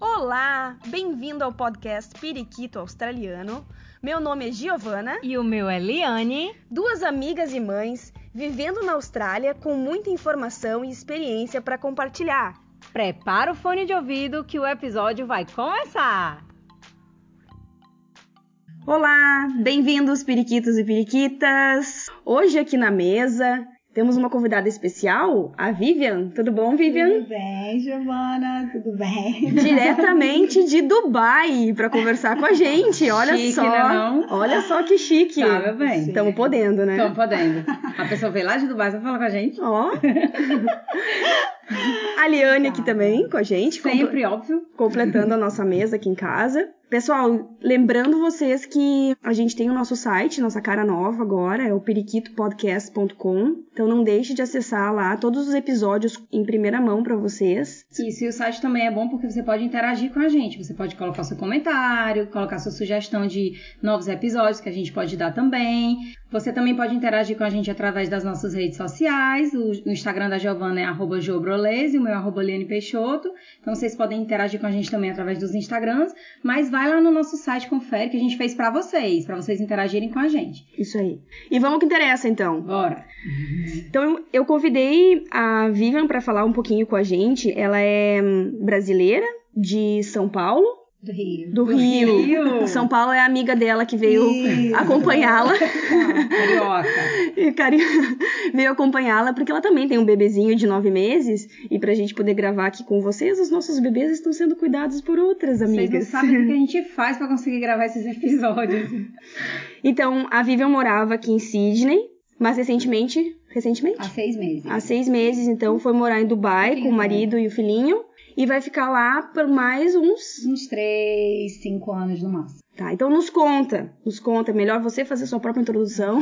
Olá, bem-vindo ao podcast Periquito Australiano. Meu nome é Giovana, E o meu é Liane. duas amigas e mães vivendo na Austrália com muita informação e experiência para compartilhar. Prepara o fone de ouvido que o episódio vai começar. Olá, bem-vindos periquitos e periquitas. Hoje aqui na mesa temos uma convidada especial, a Vivian. Tudo bom, Vivian? Tudo bem, Giovana? Tudo bem? Diretamente de Dubai para conversar com a gente. Olha Chique, né, só, não? olha só que chique. Tá, meu bem. Estamos podendo, né? Estão podendo. A pessoa veio lá de Dubai só falar com a gente. Ó. a Liane aqui também com a gente, comple- Sempre, óbvio. completando a nossa mesa aqui em casa. Pessoal, lembrando vocês que a gente tem o nosso site, nossa cara nova agora, é o periquitopodcast.com. Então não deixe de acessar lá todos os episódios em primeira mão pra vocês. Isso, e o site também é bom porque você pode interagir com a gente. Você pode colocar seu comentário, colocar sua sugestão de novos episódios que a gente pode dar também. Você também pode interagir com a gente através das nossas redes sociais. O o Instagram da Giovana é arroba Giobrolese, o meu é arroba Liane Peixoto. Então vocês podem interagir com a gente também através dos Instagrams. Mas vai lá no nosso site, confere que a gente fez pra vocês, pra vocês interagirem com a gente. Isso aí. E vamos ao que interessa então. Bora! Então eu- eu convidei a Vivian pra falar um pouquinho com a gente. Ela é hum, brasileira de São Paulo, Do Rio. do, Rio. São Paulo é a amiga dela que veio Isso. acompanhá-la. Carioca. E Cari veio acompanhá-la, porque ela também tem um bebezinho de nove meses. E pra gente poder gravar aqui com vocês, os nossos bebês estão sendo cuidados por outras Vocês não amigas. sabem o que a gente faz pra conseguir gravar esses episódios. Então, a Vivian morava aqui em Sydney, mas recentemente. Recentemente? Há seis meses. Há seis meses, então, foi morar em Dubai com o marido e o filhinho. E vai ficar lá por mais uns. Uns três, cinco anos no máximo. Tá, então nos conta. Nos conta. Melhor você fazer sua própria introdução.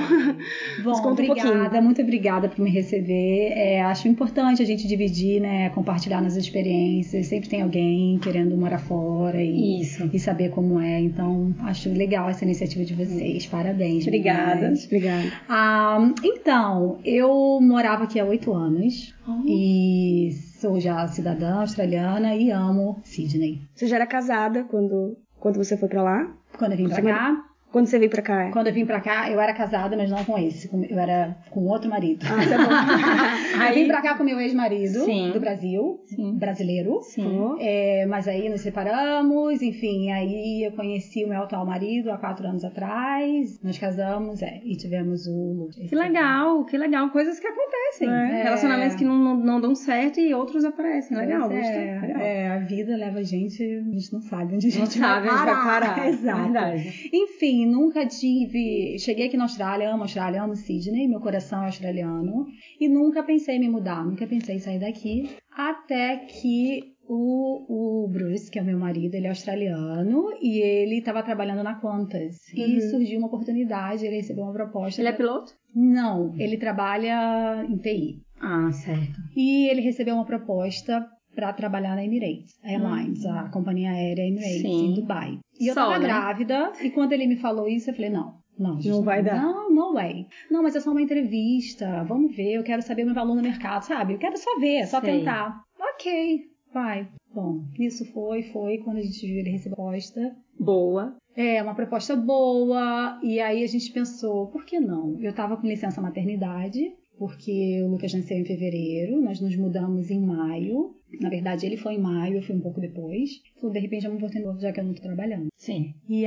Nos Bom, conta um pouquinho. obrigada, muito obrigada por me receber. É, acho importante a gente dividir, né, compartilhar nas experiências. Sempre tem alguém querendo morar fora e, Isso. e saber como é. Então, acho legal essa iniciativa de vocês. Parabéns. Obrigada. meninas. Obrigada. Ah, então, eu morava aqui há oito anos Uhum. e sou já cidadã australiana e amo Sydney. Você já era casada quando, quando você foi pra lá? Quando eu vim pra Você cá, Quando você veio pra cá? é? quando eu vim pra cá, eu era casada, mas não com esse, com- eu era com outro marido. Tá eu vim Ah, Aí, pra cá com meu ex-marido Sim. do Brasil, brasileiro. sim. É, mas aí nos separamos, enfim, aí eu conheci o meu atual marido há quatro anos atrás, nos casamos, é, e tivemos o Que legal, que legal. Coisas que acontecem. É. Relacionamentos que não, não, não dão certo e outros aparecem. Legal, Pois gostei. é, Legal. é, a vida leva a gente, a gente não sabe onde a gente Não sabe, a gente vai parar. Exato. Verdade. Enfim, nunca tive. Cheguei aqui na Austrália, amo a Austrália, amo Sydney, meu coração é australiano. E nunca pensei em me mudar, nunca pensei em sair daqui. Até que o, o Bruce, que é meu marido, ele é australiano e ele estava trabalhando na Qantas. E surgiu uma oportunidade, ele recebeu uma proposta. Uhum. Ele é piloto? Não, ele trabalha em TI. Ah, certo. E ele recebeu uma proposta para trabalhar na Emirates Airlines, a companhia aérea Emirates Hum. Sim. em Dubai. E eu Só, tava né? grávida, e quando ele me falou isso, eu falei, não. Não, gente, Não vai dar. Não, no way. Não, mas é só uma entrevista. Vamos ver, eu quero saber o meu valor no mercado, sabe? Eu quero só ver, só Sei. tentar. Ok, vai. Bom, isso foi, foi. Quando a gente viu ele recebeu a proposta, Boa. é, uma proposta boa. E aí a gente pensou, por que não? Eu tava com licença maternidade, porque o Lucas nasceu em fevereiro, nós nos mudamos em maio. Na verdade, ele foi em maio, eu fui um pouco depois. Falou, de repente é uma oportunidade, já que eu não tô trabalhando. Sim. E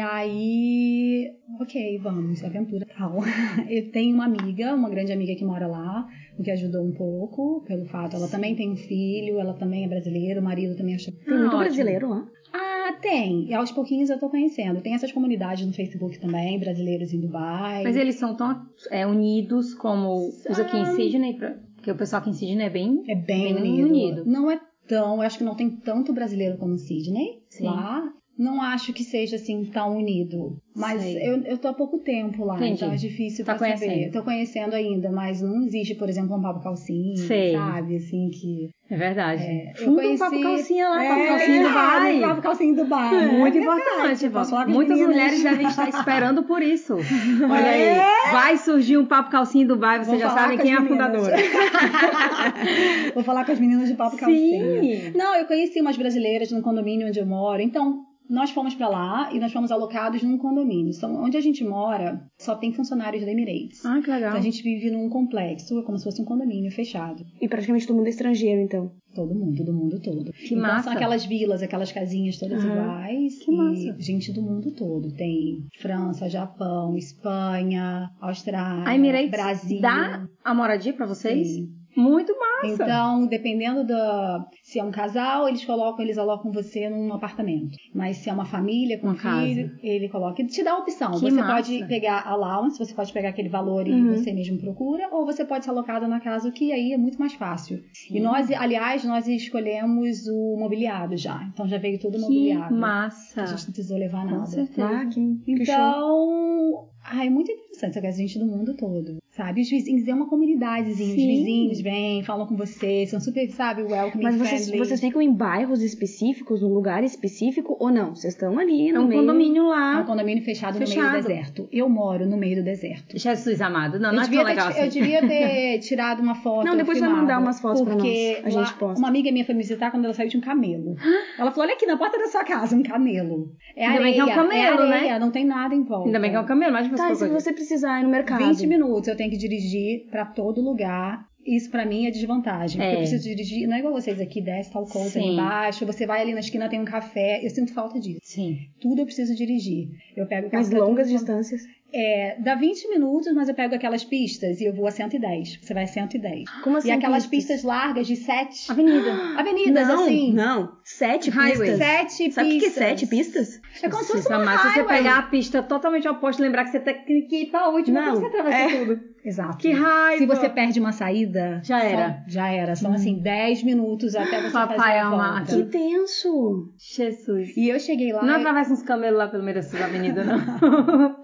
aí, ok, vamos, aventura tal. Eu tenho uma amiga, uma grande amiga que mora lá, o que ajudou um pouco, pelo fato, ela também tem um filho, ela também é brasileira, o marido também acha Tem muito ótimo. brasileiro lá. ah, tem. E aos pouquinhos eu tô conhecendo. Tem essas comunidades no Facebook também, brasileiros em Dubai. Mas eles são tão é, unidos como os aqui em Sydney, pra- porque o pessoal aqui em Sydney é bem. É bem, Bem unido. unido. Não é tão, eu acho que não tem tanto brasileiro como Sydney Sim. lá. não acho que seja assim tão unido. Mas Sei. eu, eu tô há pouco tempo lá, Entendi. então é difícil Tá pra saber. conhecendo. Eu Tô conhecendo ainda, mas não existe, por exemplo, um papo calcinha, Sei. sabe? Assim que. É verdade. É, eu Funda um conheci- papo calcinha lá, papo É, calcinha do sabe? Vai. Papo calcinha do bar. Muito É importante, verdade, Val. falar com as tipo, Muitas meninas. mulheres devem estar tá esperando por isso. Olha aí. Vai surgir um papo calcinho do bairro, vocês Vou já É? falar sabem com as quem é a meninas. fundadora. Vou falar com as meninas de papo calcinha. Sim. Não, eu conheci umas brasileiras no condomínio onde eu moro. Então, nós fomos pra lá e nós fomos alocados num condomínio. Então, onde a gente mora, só tem funcionários da Emirates. Ah, que legal. Então, a gente vive num complexo, é como se fosse um condomínio fechado. E praticamente todo mundo é estrangeiro, então. Todo mundo, do mundo todo. Que então massa. são aquelas vilas, aquelas casinhas todas Aham. iguais. Que e massa. Gente do mundo todo. Tem França, Japão, Espanha, Austrália, A Emirates tá Brasil. dá a moradia pra vocês? Sim. Muito massa. Então, dependendo da se é um casal, eles colocam, eles alocam você num apartamento. Mas se é uma família com Uma filho, ele coloca. Ele te dá a opção. Que você massa. pode pegar allowance, você pode pegar aquele valor e Uhum. você mesmo procura, ou você pode ser alocado na casa, o que aí é muito mais fácil. E Sim. nós, aliás, nós escolhemos o mobiliado já. Então já veio todo que mobiliado. massa. A gente não precisou levar Com nada. certeza. Ah, que, que show. Então, ah, é muito interessante essa gente do mundo todo, sabe? Os vizinhos, é uma comunidadezinha, os Sim. vizinhos vêm, falam com você, são super, sabe, welcoming, Mas vocês, friendly. vocês ficam em bairros específicos, num lugar específico ou não? Vocês estão ali É no um meio... condomínio É um lá. condomínio fechado, no meio Fechado. do deserto. Eu moro no meio do deserto. Jesus amado. Não, eu, não é devia tão ter, legal eu assim. devia ter tirado uma foto. Não, depois vai filmado, mandar umas fotos pra porque nós, a gente lá, posta. Uma amiga minha foi me visitar quando ela saiu de um camelo. Ela falou: olha aqui, na porta da sua casa, um camelo. É Ainda areia, bem que é um camelo, é né? areia, Não tem nada em volta. Ainda bem que é um caminho, mas Tá, e se você precisar ir no mercado? 20 minutos eu tenho que dirigir pra todo lugar. Isso pra mim é desvantagem. Porque É. eu preciso dirigir. Não é igual vocês aqui, desce tal coisa Sim. ali embaixo. Você vai ali na esquina, tem um café. Eu sinto falta disso. Sim. Tudo eu preciso dirigir. Eu pego o As café- longas distâncias. É, dá 20 minutos, mas eu pego aquelas pistas e eu vou a 110. Você vai a 110. Como assim? e aquelas pistas largas de 7 Avenida. avenidas, Ah, não, assim. Não, sete Highway. pistas. Sete Sabe o que que é pistas. sete pistas? É como se fosse Jesus uma amado, Se você highway. pegar a pista totalmente oposta, lembrar que você tem que ir pra última, Não, você atravessa é. tudo. Exato. Que raiva. Se você perde uma saída, Já são- era. já era. São Hum. assim 10 minutos até você Papai fazer a amado. volta. Que tenso. Jesus. E eu cheguei lá. Não e- atravessa uns camelos lá pelo meio dessas avenidas, não.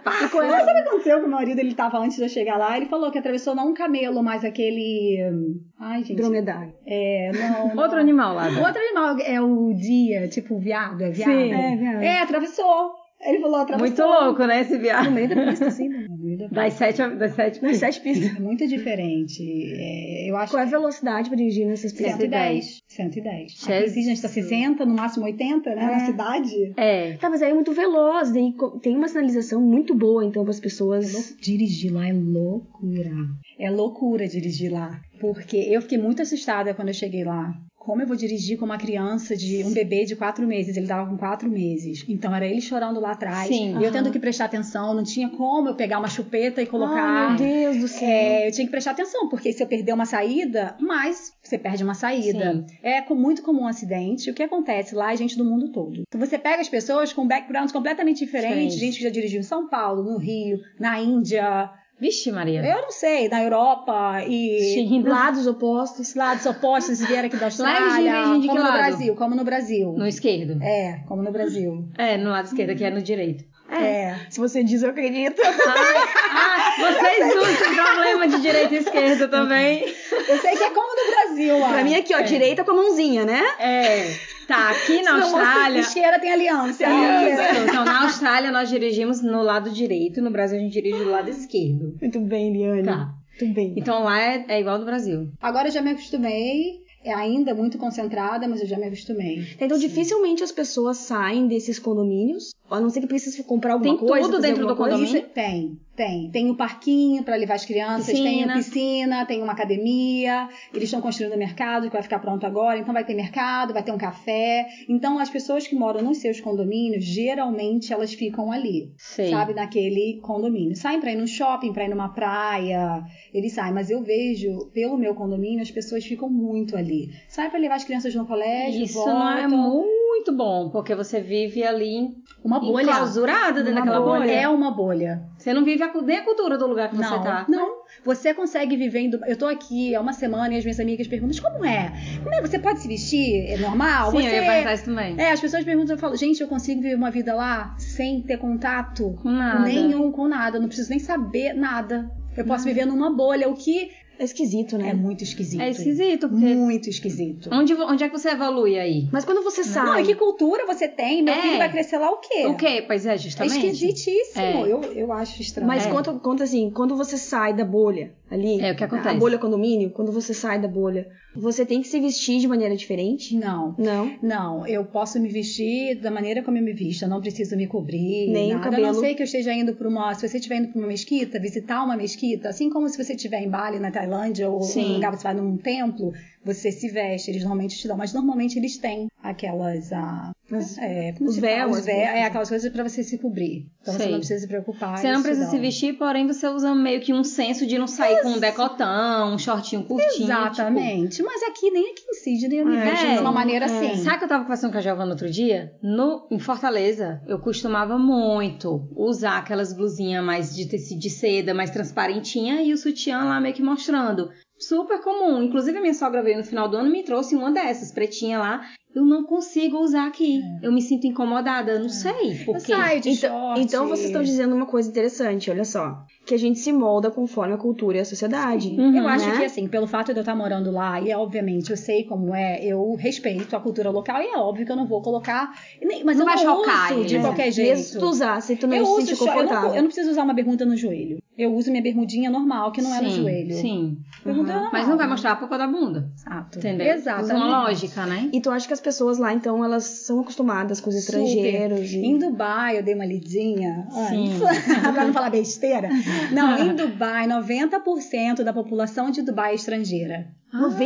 Mas sabe o que aconteceu? Que o marido ele tava antes de eu chegar lá, ele falou que atravessou não um camelo, mas aquele. hum, Ai, gente. Dromedário. É, não. não. Outro animal lá. Outro animal é o dia, tipo, viado, é viado. Sim. É, viado. É, atravessou. Ele falou, atravessou. Muito louco, né, esse tá No viado. meio da pista, assim, no meio da Das sete, das sete Não, sete pistas. É muito diferente. É, eu acho Qual é a velocidade pra dirigir nessas que. pistas? 110. 110. Aqui em Jesus. Sydney está 60, no máximo 80, né? Na cidade. É. Tá, mas aí é muito veloz, daí co- tem uma sinalização muito boa, então, para as pessoas. Dirigir lá é loucura. É loucura dirigir lá. Porque eu fiquei muito assustada quando eu cheguei lá. Como eu vou dirigir com uma criança de um bebê de quatro meses? Ele tava com quatro meses. Então era ele chorando lá atrás. Sim. E eu Aham. tendo que prestar atenção. Não tinha como eu pegar uma chupeta e Ai, colocar. meu Deus do céu. É, eu tinha que prestar atenção, porque se eu perder uma saída, mais você perde uma saída. É co- muito comum um acidente. O que acontece lá é gente do mundo todo. Então você pega as pessoas com backgrounds completamente diferentes, Sim. gente que já dirigiu em São Paulo, no Rio, na Índia, Vixe, Maria. eu não sei, na Europa e China. lados opostos, lados opostos vieram aqui da Austrália, dirigem de como que no lado? Brasil, como no Brasil. No esquerdo. É, como no Brasil. É, no lado esquerdo, que é no direito. É. Se você diz, eu acredito. Ah, vocês dois têm problema de direita e esquerda também. Eu sei que é como no Brasil lá. Pra mim aqui, ó, direita com a mãozinha, né? É. Tá, aqui na Austrália. Isqueira tem aliança. aliança. Então, na Austrália nós dirigimos no lado direito, no Brasil a gente dirige do lado esquerdo. Muito bem, Liane. Tá. Muito bem. Então lá é, é igual ao do Brasil. Agora eu já me acostumei, é ainda muito concentrada, mas eu já me acostumei. Então, dificilmente as pessoas saem desses condomínios, a não ser que precise comprar alguma Tem coisa. tudo fazer dentro alguma do coisa. condomínio? é- Tem, tem. Tem o parquinho para levar as crianças, tem Piscina. a piscina, tem uma academia, eles estão construindo o mercado que vai ficar pronto agora, então vai ter mercado, vai ter um café. Então as pessoas que moram nos seus condomínios, geralmente elas ficam ali. Sei. sabe, naquele condomínio. Saem pra ir num shopping, pra ir numa praia, eles saem, mas eu vejo, pelo meu né, condomínio, as pessoas ficam muito ali. Saem pra levar as crianças no colégio, Isso voltam. não é muito bom, porque você vive ali Uma bolha. enclausurada dentro Uma daquela bolha. É uma bolha. Você não vive a cu- nem a cultura do lugar que você não, tá. não. Você consegue viver em Dubai. Eu tô aqui há uma semana e as minhas amigas perguntam, mas como é? Como é? Você pode se vestir? É normal? Sim, você... eu ia perguntar isso também. É, as pessoas perguntam, eu falo, gente, eu consigo viver uma vida lá sem ter contato Com nada. nenhum com nada, eu não preciso nem saber nada. Eu posso viver numa bolha, o que É esquisito, né? é muito esquisito. É esquisito, porque Muito esquisito. onde, vo- onde é que você evolui aí? Mas quando você sai. Não, e que cultura você tem? Meu É. filho vai crescer lá o quê? O quê? Pois é, É justamente. esquisitíssimo. É. Eu, eu acho estranho. Mas É. conta, conta assim, quando você sai da bolha ali, É, o que acontece. a bolha condomínio, quando você sai da bolha, você tem que se vestir de maneira diferente? Não. Não. Não, eu posso me vestir da maneira como eu me visto, eu não preciso me cobrir, Nem o nada. cabelo. A não ser que eu esteja indo para uma. Se você estiver indo para uma mesquita, visitar uma mesquita, assim como se você estiver em Bali, na Tailândia, ou Sim. um lugar que você vai num templo, você se veste, eles normalmente te dão, mas normalmente eles têm aquelas. Ah, Mas é, como os se fala? véus, Os véus, né? é, aquelas coisas para você se cobrir. Então Sei. você não precisa se preocupar. Você não isso um- precisa se não. vestir, porém você usa meio que um senso de não sair com um decotão, um shortinho curtinho. Exatamente. Mas aqui, nem aqui em Sydney, eu me É, vejo de não, uma é. maneira assim. Tipo, Né? sabe que eu tava conversando com a Giovana outro dia? No, em Fortaleza, eu costumava muito usar aquelas blusinhas mais de tecido de seda, mais transparentinha, e o sutiã lá meio que mostrando. Super comum. Inclusive, a minha sogra veio no final do ano e me trouxe uma dessas, pretinha lá. Eu não consigo usar aqui. Eu me sinto incomodada. Eu Não sei por É. Eu quê. saio de Então, short. então vocês estão dizendo uma coisa interessante, olha só. Que a gente se molda conforme a cultura e a sociedade. Uhum, eu acho né? que, assim, pelo fato de eu estar morando lá, e é, obviamente eu sei como é, eu respeito a cultura local, e é óbvio que eu não vou colocar. nem- Mas Não eu vai não chocar, uso é. de né? qualquer tipo, Mesmo se tu jeito. usar, se tu não eu, se uso, sentir short- eu, confortável. não, eu não preciso usar uma bermuda no joelho. Eu uso minha bermudinha normal, que não é no Sim, joelho. Sim. Bermuda normal. Mas não vai mostrar a polpa da bunda. Exato. Entendeu? Exatamente. Usa uma lógica, né? E tu acha que as pessoas lá, então, elas são acostumadas com os Super. estrangeiros? e- Em Dubai, eu dei uma lidinha Sim. antes, pra não falar besteira. Não, em Dubai, 90% da população de Dubai é estrangeira. Ah,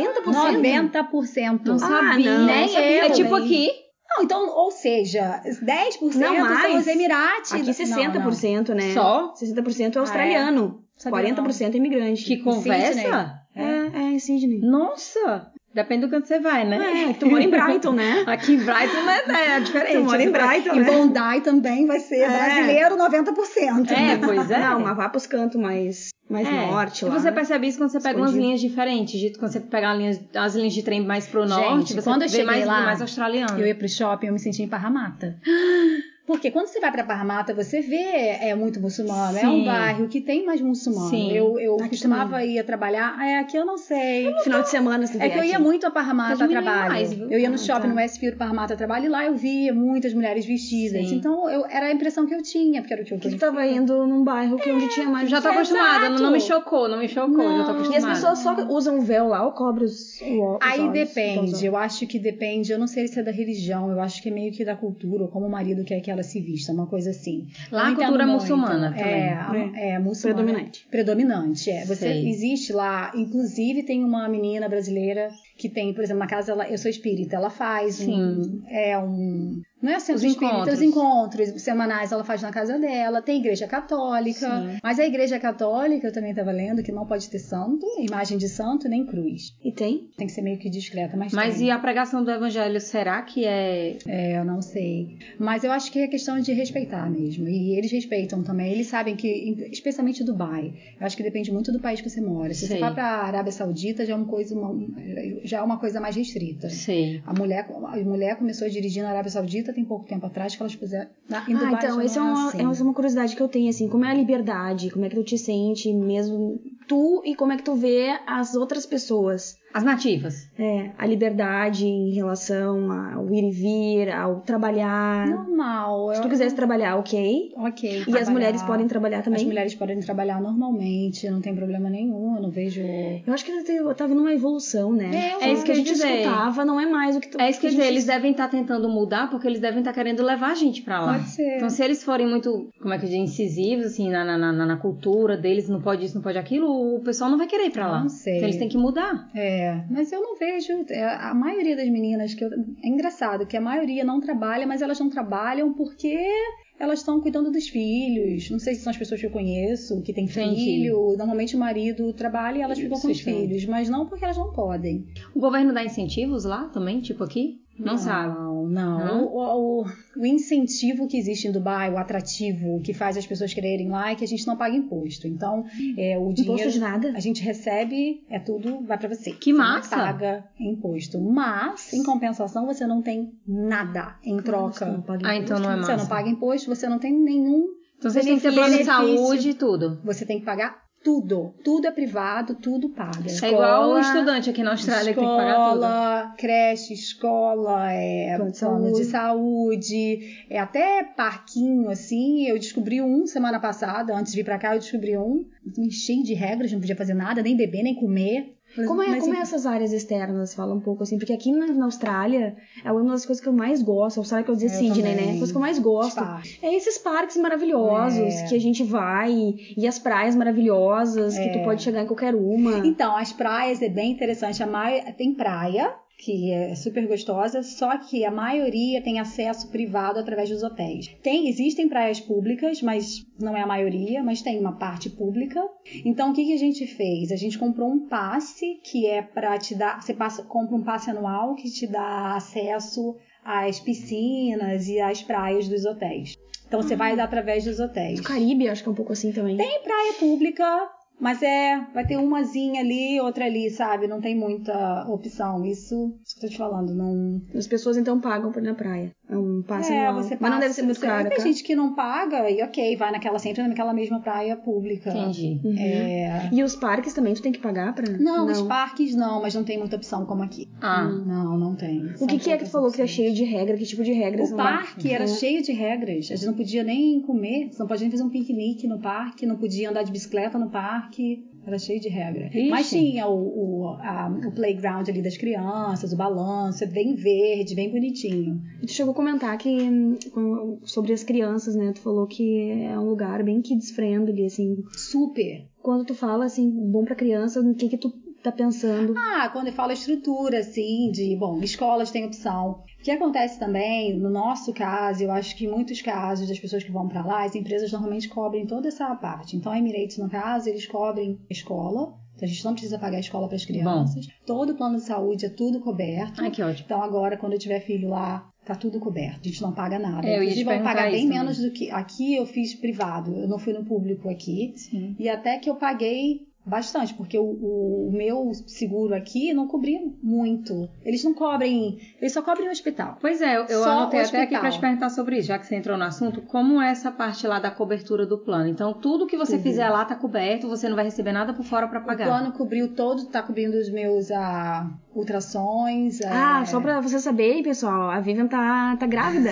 90%? Não Então, sabia. 90%. não, Nem não sabia eu. É tipo também. aqui. Não, então, ou seja, 10% Não, são mais. os Emirates. Aqui 60%, né? Só? 60% é australiano, Ah, Sabia 40% é imigrante. Que conversa? É, é em Sydney. Nossa! Depende do canto você vai, né? É, tu mora em Brighton, né? Aqui em Brighton não é, é diferente. Tu mora em Brighton, E né? Bondi também vai ser É. brasileiro 90%. É, pois é. Não, mas vá pros cantos mais, mais É. norte E lá. né? você percebe isso quando você pega umas Escondido. linhas diferentes. de- Quando você pega linhas- as linhas de trem mais pro Gente, norte, você quando eu vê cheguei mais, lá, mais australiano. Eu ia pro shopping, eu me sentia em Parramata. Porque quando você vai pra Parramata, você vê é muito muçulmano. É Sim. um bairro que tem mais muçulmano. Sim. Eu, eu Aqui costumava ir a trabalhar. É, aqui eu não sei. Final de semana você É vier que eu ia aqui. muito a Tá Parramata a diminuindo trabalho. mais, viu? eu ia no Ah, shopping tá. no Westfield Parramata a trabalho e lá eu via muitas mulheres vestidas. Sim. Então eu- era a impressão que eu tinha, porque era o que eu Que tu conhecia. tava indo num bairro que onde tinha mais... Eu já tô É, acostumada, exato. não me chocou, não me chocou, já tô E as acostumada. pessoas só usam véu lá ou cobrem os, o- os Aí Então, olhos? depende, eu acho que depende, eu não sei se é da religião, eu acho que é meio que da cultura, ou como o marido quer que ela se vista, uma coisa assim. Lá Eu a entendo cultura é muito. muçulmana também. né? É, a- é, muçulmana. Predominante. Predominante, é. Você Sei. existe lá, inclusive tem uma menina brasileira que tem, por exemplo, na casa, ela, eu sou espírita, ela faz Sim. um... É um... Não é Os centro espírita, encontros. os encontros semanais ela faz na casa dela, tem igreja católica, Sim. mas a igreja católica, eu também estava lendo, que não pode ter santo, imagem de santo, nem cruz. E tem? Tem que ser meio que discreta, mas. Mas tem. e a pregação do evangelho, será que é. É, eu não sei. Mas eu acho que é questão de respeitar mesmo. E eles respeitam também. Eles sabem que, em- especialmente Dubai, eu acho que depende muito do país que você mora. Se Sei. você for pra Arábia Saudita, já é uma coisa, uma- já é uma coisa mais restrita. Sei. A mulher, a mulher começou a dirigir na Arábia Saudita tem pouco tempo atrás que elas puseram. Na, em Dubai, ah, então, já essa é, não uma, assim. essa é uma curiosidade que eu tenho, assim, como é a liberdade, como é que tu te sente mesmo, tu e como é que tu vê as outras pessoas. As nativas. É, a liberdade em relação ao ir e vir, ao trabalhar. Normal. Se eu- tu quisesse trabalhar, ok. Ok. E as trabalhar. mulheres podem trabalhar também? As mulheres podem trabalhar normalmente, não tem problema nenhum, eu não vejo. Eu acho que tá- tá vindo uma evolução, né? É, É isso O que que eu a ia gente dizer. escutava não é mais o que tu... É isso que eu a ia dizer, gente- eles devem estar tentando mudar porque eles devem estar querendo levar a gente pra lá. Pode ser. Então, se eles forem muito, como é que eu digo, incisivos, assim, na, na, na, na cultura deles, não pode isso, não pode aquilo, o pessoal não vai querer ir pra lá. Não sei. Então, eles têm que mudar. É, mas eu não vejo. é, A maioria das meninas que eu. É engraçado que a maioria não trabalha, mas elas não trabalham porque elas estão cuidando dos filhos. Não sei se são as pessoas que eu conheço, que têm Entendi. filho. Normalmente o marido trabalha e elas ficam com os Sustenta. filhos, mas não porque elas não podem. O governo dá incentivos lá também, tipo aqui? Não, sabe. Não, não. Não? O, o- o incentivo que existe em Dubai, o atrativo que faz as pessoas quererem lá é que a gente não paga imposto. Então, é, o Imposto dinheiro de nada? a gente recebe, é tudo, vai pra você. Que Você massa! Não paga imposto. Mas, em compensação, você não tem nada em troca. Não paga Ah, então não é Você massa. não paga imposto, você não tem nenhum. Então vocês têm que ter plano de benefício. saúde e tudo. Você tem que pagar tudo. Tudo é privado, tudo paga. É igual um Escola, estudante aqui na Austrália que tem que pagar tudo. escola, creche, escola, é, Plano de plano de saúde, é, até parquinho, assim. Eu descobri um semana passada, antes de vir pra cá, eu descobri um. Me Cheio de regras, não podia fazer nada, nem beber, nem comer. Mas- Como, é, mas como eu- é essas áreas externas? Fala um pouco assim, porque aqui na, na Austrália é uma das coisas que eu mais gosto. A Austrália que eu dizia Eu Sydney, né? também. A coisa que eu mais gosto. Spa. É esses parques maravilhosos que a gente vai e as praias maravilhosas que tu pode chegar em qualquer uma. Então, as praias é bem interessante. A mai... Tem praia, que é super gostosa, só que a maioria tem acesso privado através dos hotéis. Tem, existem praias públicas, mas não é a maioria, mas tem uma parte pública. Então, o que, que a gente fez? A gente comprou um passe que é para te dar. Você passa, compra um passe anual que te dá acesso às piscinas e às praias dos hotéis. Então, você vai através dos hotéis O Caribe, acho que é um pouco assim também. Tem? praia pública, mas é, vai ter umazinha ali, outra ali, sabe? Não tem muita opção. Isso, isso que eu tô te falando, não. As pessoas então pagam pra ir na praia. É um passe é, anual. você Mas não passa, deve ser muito você- caro, Tem tá? gente que não paga e ok, vai naquela sempre naquela mesma praia pública. Entendi. Uhum. É. E os parques também tu tem que pagar pra? Não, os parques não, mas não tem muita opção como aqui. Ah, Não, não tem. O que, que é que tu falou que é cheio de regra? Que tipo de regra? O parque era cheio de regras. A gente não podia nem comer, você não podia nem fazer um piquenique no parque, não podia andar de bicicleta no parque. Era cheio de regra. Ixi. Mas tinha o, o, a- o playground ali das crianças, o balanço, é bem verde, bem bonitinho. E Tu chegou a comentar que hum, com- sobre as crianças, né? Tu falou que é um lugar bem kids friendly, assim. Super. Quando tu fala assim, bom pra criança, o que que tu tá pensando? Ah, quando eu falo estrutura, assim, de, bom, escolas têm opção. O que acontece também, no nosso caso, eu acho que em muitos casos das pessoas que vão pra lá, as empresas normalmente cobrem toda essa parte. Então, a Emirates, no caso, eles cobrem escola, então a gente não precisa pagar escola para as crianças. Todo o plano de saúde é tudo coberto. ai que ótimo. Então, agora, quando eu tiver filho lá, tá tudo coberto, a gente não paga nada. É, eu ia te Inclusive, vão perguntar pagar bem isso também. menos do que. Aqui eu fiz privado, eu não fui no público aqui. Sim. E até que eu paguei bastante, porque o, o- o meu seguro aqui não cobria muito. Eles não cobrem, eles só cobrem o hospital. Pois é, eu, eu Só anotei até hospital. aqui pra te perguntar sobre isso, já que você entrou no assunto, como é essa parte lá da cobertura do plano? Então, tudo que você fizer lá tá coberto, você não vai receber nada por fora pra O pagar. plano cobriu todo, tá cobrindo os meus ah, ultrassons. Ah, eh, só pra você saber, hein, pessoal, a Vivian tá, tá grávida.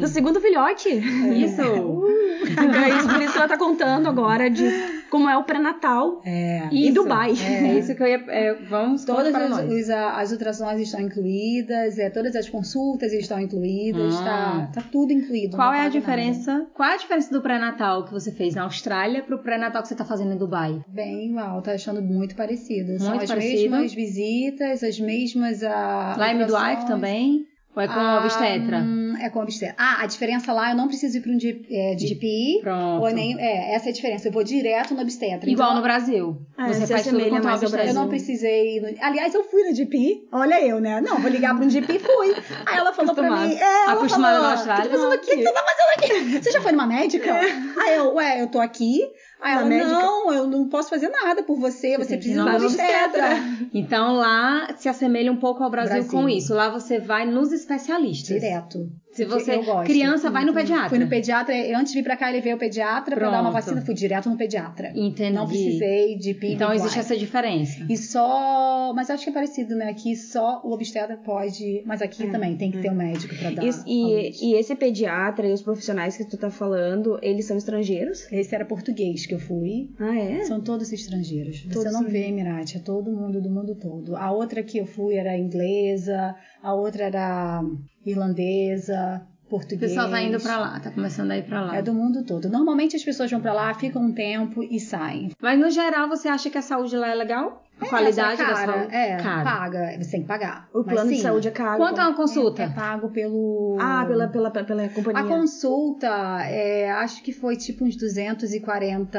Do segundo filhote. Isso! Então, é isso, por isso ela tá contando agora de como é o pré-natal É. e Isso. Dubai. É isso que eu ia. é, vamos Todas conta pra os- nós. os- a- as ultrassons estão incluídas, é, todas as consultas estão incluídas, Ah. tá, tá tudo incluído. Qual não é a paga diferença? Qual é a diferença do pré-natal que você fez na Austrália pro pré-natal que você tá fazendo em Dubai? nada. Bem, uau, tá achando muito parecido. São Muito as parecido. mesmas visitas, as mesmas. ah, Lá em Midwife ultrassons. também? Ou é com Ah, obstetra? hum, é com obstetra. Ah, a diferença lá, eu não preciso ir para um G- é, GP. Pronto. Ou nem, é, essa é a diferença. Eu vou direto no obstetra. Igual no então, Brasil. É, você se faz tudo assemelha com mais ao obstetra. Eu não precisei. ir no- Aliás, eu fui no GP. Olha eu, né? Não, vou ligar para um GP e fui. Aí ela falou para Acostumado. mim. É, ela Acostumada falou, na Austrália, "O que tu tá fazendo aqui? O que tu tá fazendo aqui? Você já foi numa médica? Aí eu, ué, eu tô aqui. Aí Na ela, médica? não, eu não posso fazer nada por você. Você, tem que ir precisa ir na para obstetra." obstetra. Então lá se assemelha um pouco ao Brasil, Brasil. com isso. Lá você vai nos especialistas. Direto. Se você Eu gosto. criança, vai no pediatra. Fui no pediatra, eu antes de vir pra cá, eu levei o pediatra pra Pronto. dar uma vacina, fui direto no pediatra. Entendi. Não precisei de PIB. Então existe essa diferença. E só. Mas acho que é parecido, né? Aqui só o obstetra pode. Mas aqui É. também tem que Uhum. ter um médico pra dar. tipo. Isso, aonde. e, e esse pediatra e os profissionais que tu tá falando, eles são estrangeiros? Esse era português que eu fui. Ah, é? São todos estrangeiros. Você Todos não vê Emirate, é todo mundo do mundo todo. A outra que eu fui era inglesa, a outra era irlandesa, O português. pessoal tá indo pra lá, tá começando a ir pra lá. É do mundo todo. Normalmente as pessoas vão pra lá, ficam um tempo e saem. Mas no geral, você acha que a saúde lá é legal? A qualidade é, da cara, saúde? É, Cara. paga. Você tem que pagar. O Mas, plano de sim, né? saúde é caro. Quanto é uma É consulta? pago pelo. Ah, pela, pela, pela A companhia. consulta, é, acho que foi tipo uns 240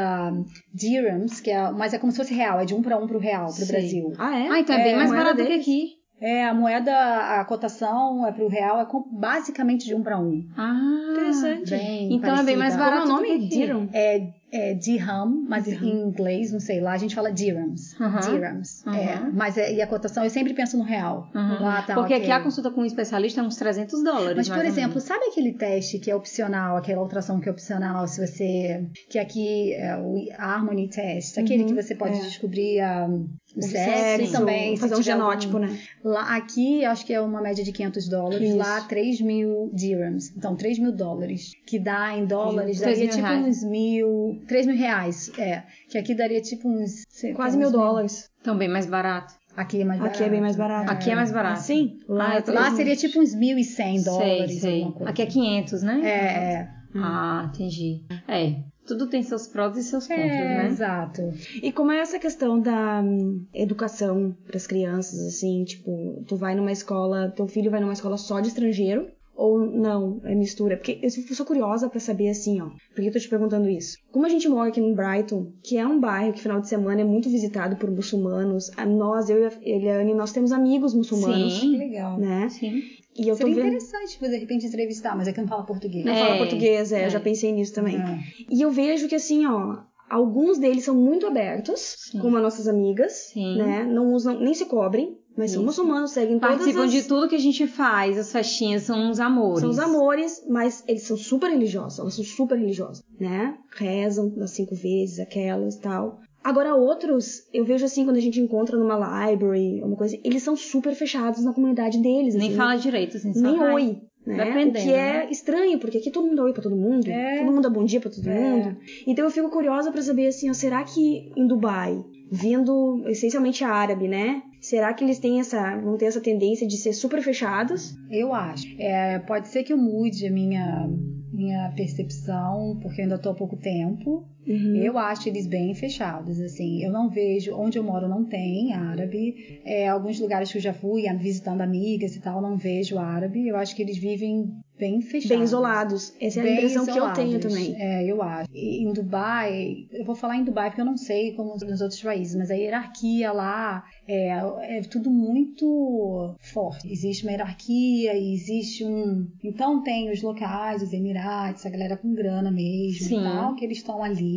dirhams, que é, mas é como se fosse real, é de um pra um pro real, pro Sim. Brasil. Ah, é? Ah, então é bem mais um moeda barato que deles? aqui. É, a moeda, a cotação é pro real é com- basicamente de um para um. Ah, Interessante. Bem Então é bem mais parecida. barato. Como é o nome? do que aqui. Dirham? É, é dirham, mas em inglês, não sei lá, a gente fala dirhams. Aham. Dirhams. É, Aham. mas é, e a cotação, eu sempre penso no real. Aham. Lá tá, Uhum. Porque ok. aqui a consulta com um especialista é uns 300 dólares. Mas, mais por ou exemplo, menos. sabe aquele teste que é opcional, aquela ultrassom que é opcional, se você. Que aqui é o Harmony Test, aquele que você pode descobrir a, o sexo e também. se fazer um tiver algum- genótipo, né? Lá, aqui, acho que é uma média de 500 dólares. Isso. Lá, 3 mil dirhams. Então, 3 mil dólares. Que dá em dólares, Três mil daria tipo reais. uns mil... 3 mil reais, é. Que aqui daria tipo uns... sei lá, Quase uns mil dólares. Então, bem mais barato. Aqui é mais barato. Aqui é bem mais barato. Aqui é mais barato. Sim. Lá, Ah, é três lá mil. seria tipo uns 1.100 Assim? dólares, sei, sei. alguma coisa. Aqui é 500, né? É, é. Ah, entendi. É, tudo tem seus prós e seus contras, É, né? exato. E como é essa questão da hum, educação para as crianças, assim, tipo, tu vai numa escola, teu filho vai numa escola só de estrangeiro? Ou não, é mistura? Porque eu sou sou curiosa pra saber, assim, ó. Por que eu tô te perguntando isso? Como a gente mora aqui em Brighton, que é um bairro que final de semana é muito visitado por muçulmanos, a nós, eu e a Eliane, nós temos amigos muçulmanos, Que Sim, legal. né? sim. E eu Seria tô vendo. interessante, de repente, entrevistar, mas é que não fala português. Não É, fala português, é, é. eu já pensei nisso também. É. E eu vejo que assim, ó, alguns deles são muito abertos, Sim. como as nossas amigas, Sim. né? Não usam, nem se cobrem, mas são Isso. muçulmanos, seguem Participam todas as... de tudo que a gente faz, as festinhas são uns amores. São os amores, mas eles são super religiosos, elas são super religiosas, né? Rezam das cinco vezes, aquelas tal. Agora, outros, eu vejo assim, quando a gente encontra numa library, uma coisa, eles são super fechados na comunidade deles. Nem né? assim, fala direito, assim, só nem vai. oi. Né? O Dependendo, que é estranho, porque aqui todo mundo dá oi pra todo mundo, É. todo mundo dá bom dia pra todo É. mundo. Então eu fico curiosa pra saber assim, ó, será que em Dubai, vindo essencialmente árabe, né? Será que eles têm essa, vão ter essa tendência de ser super fechados? Eu acho. É, pode ser que eu mude a minha, minha percepção, porque eu ainda estou há pouco tempo. Hum. Eu acho eles bem fechados, assim. Eu não vejo, onde eu moro não tem árabe. É, alguns lugares que eu já fui, a- visitando amigas e tal, não vejo árabe. Eu acho que eles vivem bem fechados. Bem isolados. Essa é a Bem impressão que eu tenho isolados. também. É, eu acho. E em Dubai, eu vou falar em Dubai porque eu não sei como nos outros países, mas a hierarquia lá é, é tudo muito forte. Existe uma hierarquia e existe um. Então tem os locais, os Emirates, a galera com grana mesmo Sim. e tal, que eles estão ali.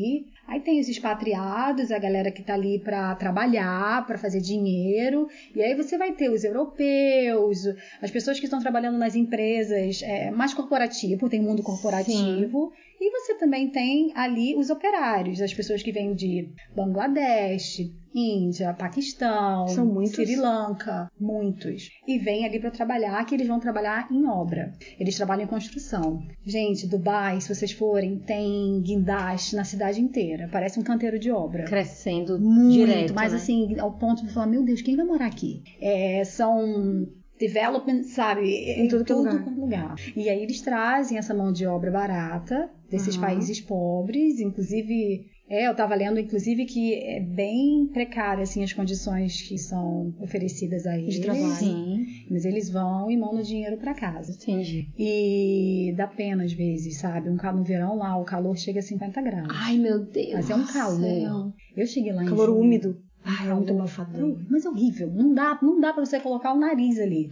Aí tem os expatriados, a galera que tá ali pra trabalhar, pra fazer dinheiro. E aí você vai ter os europeus, as pessoas que estão trabalhando nas empresas é, mais corporativo, tem mundo corporativo. E você também tem ali os operários, as pessoas que vêm de Bangladesh, Índia, Paquistão, São muitos. Sri Lanka, muitos. E vêm ali para trabalhar, que eles vão trabalhar em obra. Eles trabalham em construção. Gente, Dubai, se vocês forem, tem guindaste na cidade inteira. Parece um canteiro de obra. Crescendo Muito, direto. mas né? assim, ao ponto de falar, meu Deus, quem vai morar aqui? É, são development, sabe? Em tudo que é lugar. quanto lugar. E aí eles trazem essa mão de obra barata desses Aham. países pobres, inclusive. É, eu tava lendo, inclusive, que é bem precário, assim, as condições que são oferecidas a eles. trabalho. Sim, Mas eles vão e mandam dinheiro pra casa. entendi. E dá pena, às vezes, sabe? Um calor no verão lá, o calor chega a 50 graus. Ai, meu Deus. Mas é um do calor. céu. Eu cheguei lá em Ah, Calor junho. úmido. Ah, Ai, é muito abafador. Mas é horrível. Não dá, não dá para você colocar o nariz ali.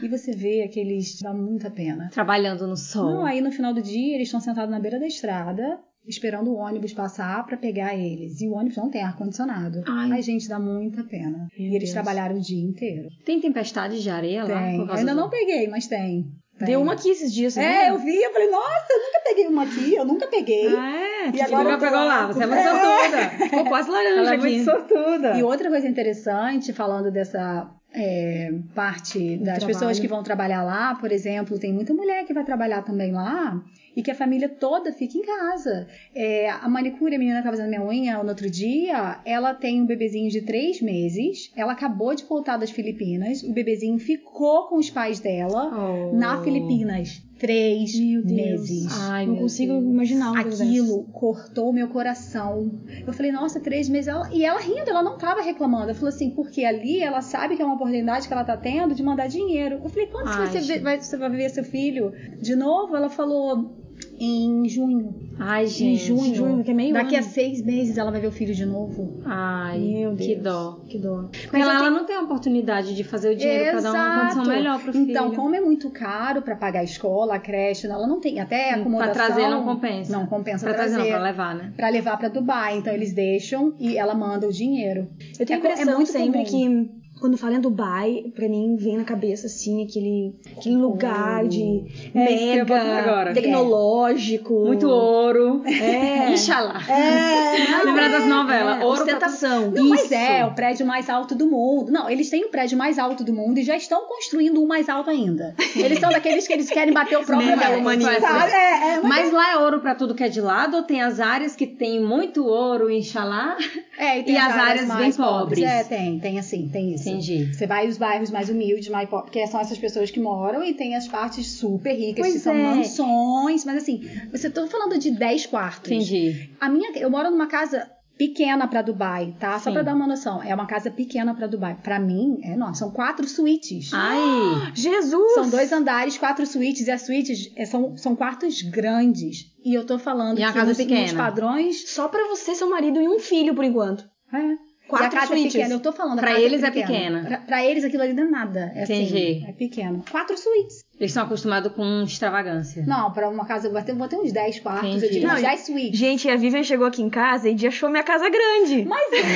E você vê aqueles. dá muita pena. Trabalhando no sol. Não, é. aí no final do dia eles estão sentados na beira da estrada, esperando o ônibus passar para pegar eles. E o ônibus não tem ar-condicionado. Ai. Ai, gente, dá muita pena. Meu e eles Deus. trabalharam o dia inteiro. Tem tempestade de areia Tá lá? Tem. por Eu causa ainda do- não peguei, mas tem. Tem. Deu uma aqui esses dias, É, né? eu vi, eu falei, nossa, eu nunca peguei uma aqui, eu nunca peguei. É, Ah, E tu agora nunca eu tô- pegou lá, você é muito sortuda. Ficou quase laranja Ela é aqui. muito sortuda. E outra coisa interessante, falando dessa é, parte das trabalho. pessoas que vão trabalhar lá, por exemplo, tem muita mulher que vai trabalhar também lá e que a família toda fica em casa. É, a manicure, a menina que estava fazendo minha unha no outro dia, ela tem um bebezinho de três meses, ela acabou de voltar das Filipinas, o bebezinho ficou com os pais dela Oh. na Filipinas. Três Meu Deus. Ah, meses. Ai, Não meu consigo Deus. imaginar uma coisa Aquilo cortou meu coração. Eu falei, nossa, três meses. Ela- E ela rindo, ela não tava reclamando. Ela falou assim, porque ali ela sabe que é uma oportunidade que ela tá tendo de mandar dinheiro. Eu falei, quando Ai, você, gente. vai, você vai ver seu filho de novo? Ela falou. em junho. Ai, gente. Em junho. junho, que é meio Daqui ano. a seis meses ela vai ver o filho de novo. Ai, Meu que Deus. dó. Que dó. Mas ela, eu ela não tem a oportunidade de fazer o dinheiro pra dar uma Exato. condição melhor pro filho. Então, como é muito caro pra pagar a escola, a creche, ela não tem até Hum, pra acomodação. trazer não compensa. Não compensa pra trazer, não, pra levar, né? Pra levar pra Dubai, então eles deixam e ela manda o dinheiro. Eu tenho a É co- é impressão muito sempre comum. que quando falam Dubai, pra mim vem na cabeça assim aquele, aquele lugar de É, isso que eu ia botar mega agora. É. tecnológico. Muito Né, ouro. É. Inxalá. É. Ah, Lembrar das novelas. É, Ouro pra ostentação. Não, mas é o prédio mais alto do mundo. Não, eles têm o prédio mais alto do mundo e já estão construindo um mais alto ainda. Eles são daqueles que eles querem bater o próprio Mega recorde, humanista. sabe? É, é, Mas lá é ouro pra tudo que é de lado, ou tem as áreas que tem muito ouro, inxalá? É, e, tem E as áreas mais bem pobres. É, tem, tem assim, tem isso. Entendi. Você vai os bairros mais humildes, mais pobres, porque são essas pessoas que moram e tem as partes super ricas, que Pois são é. mansões, mas assim, você tô falando de 10 quartos. Entendi. A minha, eu moro numa casa pequena pra Dubai, tá? Só Sim. pra dar uma noção. É uma casa pequena pra Dubai. Pra mim, é, nossa, são quatro Ah, suítes. Ai, Jesus! São dois andares, quatro suítes, e as suítes é, são, são quartos grandes. E eu tô falando E a que casa nos, pequena. nos padrões. Só pra você, seu marido e um filho por enquanto. É. Quatro e a casa suítes. é pequena, eu tô falando. a Pra casa eles é pequena. Pra, pra eles aquilo ali não é nada. É assim, Entendi. é pequeno. Quatro suítes. eles estão acostumados com extravagância. Não, pra uma casa, eu vou ter, vou ter uns dez quartos, eu Entendi. diria, uns Não, dez suítes. Gente, a Vivian chegou aqui em casa e achou minha casa grande.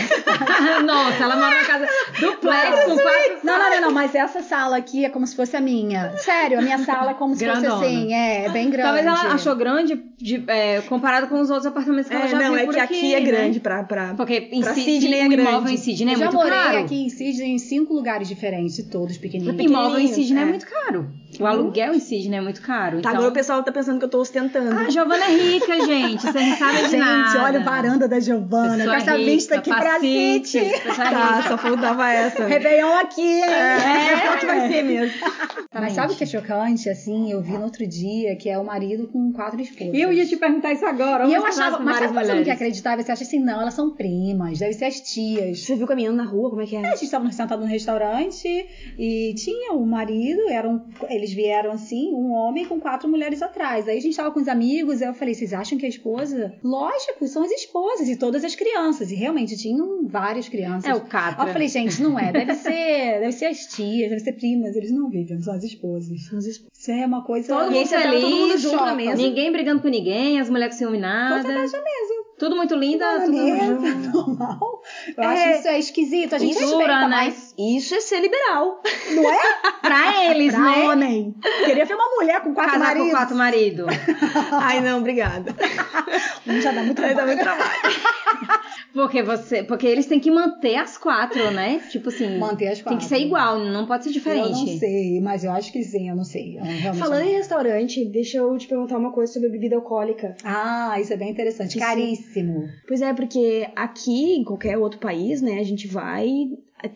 Nossa, ela mora na casa duplex com quatro. Não, não, não, não, mas essa sala aqui é como se fosse a minha. Sério, a minha sala é como se fosse Grandona. assim, é, é bem grande. Talvez ela achou grande de- é, comparado com os outros apartamentos que ela já viu não, é por que aqui, aqui é né? grande pra. pra... Porque em Pra Sydney, Sydney é um grande. imóvel em Sydney Eu é já muito morei caro. aqui em Sydney em cinco lugares diferentes, e todos pequenininhos. Imóvel em pequenininhos, Sydney é. é. muito caro. O aluguel em Sydney é muito caro. Tá, então... agora o pessoal tá pensando que eu tô ostentando. Ah, Giovana é rica, gente. Você não sabe de Gente, nada. olha o varanda da Giovana, com Pessoa essa rica, vista aqui pra paciente, City. pessoa Tá, rica. só faltava essa. Réveillon aqui, hein? É, a foto vai ser mesmo. Mas sabe o que é chocante, assim? Eu vi no outro dia que é o marido com quatro esposas. Eu ia te perguntar isso agora. E vamos eu falar achava, com mas várias sabe quando você tá não quer mulheres. acreditar? Você acha assim, não, elas são primas, deve ser as tias. Você viu caminhando na rua, como é que é? A gente estava sentado no restaurante e tinha o marido, eram, eles vieram assim, um homem com quatro mulheres atrás. Aí a gente estava com os amigos, aí eu falei, vocês acham que é a esposa? Lógico, são as esposas e todas as crianças. E realmente tinham várias crianças. É o Catra. Aí eu falei, gente, não é, deve ser, deve ser as tias, deve ser primas. Eles não vivem, são as esposas. São as esposas. Isso é uma coisa. Todo E aí mundo você tá todo feliz, mundo junto na shopping. mesa. Ninguém brigando com ninguém, as mulheres com nada. Tudo muito tá linda, tudo junto. normal. Eu É. acho que isso é esquisito. A gente Mistura, né? respeita, mas Isso é ser liberal. é não é Pra eles, pra né? é homem. Queria ver uma mulher com quatro Casar maridos. com quatro maridos. Ai, não, Tá obrigada. Já dá muito Ai, dá trabalho. muito trabalho. Porque você. Porque eles têm que manter as quatro, né? Tipo assim. Manter as Tem quatro. que ser igual, não pode ser diferente. Eu não sei, mas eu acho que sim, eu não sei. Eu realmente Falando não- em restaurante, deixa eu te perguntar uma coisa sobre bebida alcoólica. Ah, isso é bem interessante. Isso. Caríssimo. Pois é, porque aqui, em qualquer outro país, né, a gente vai.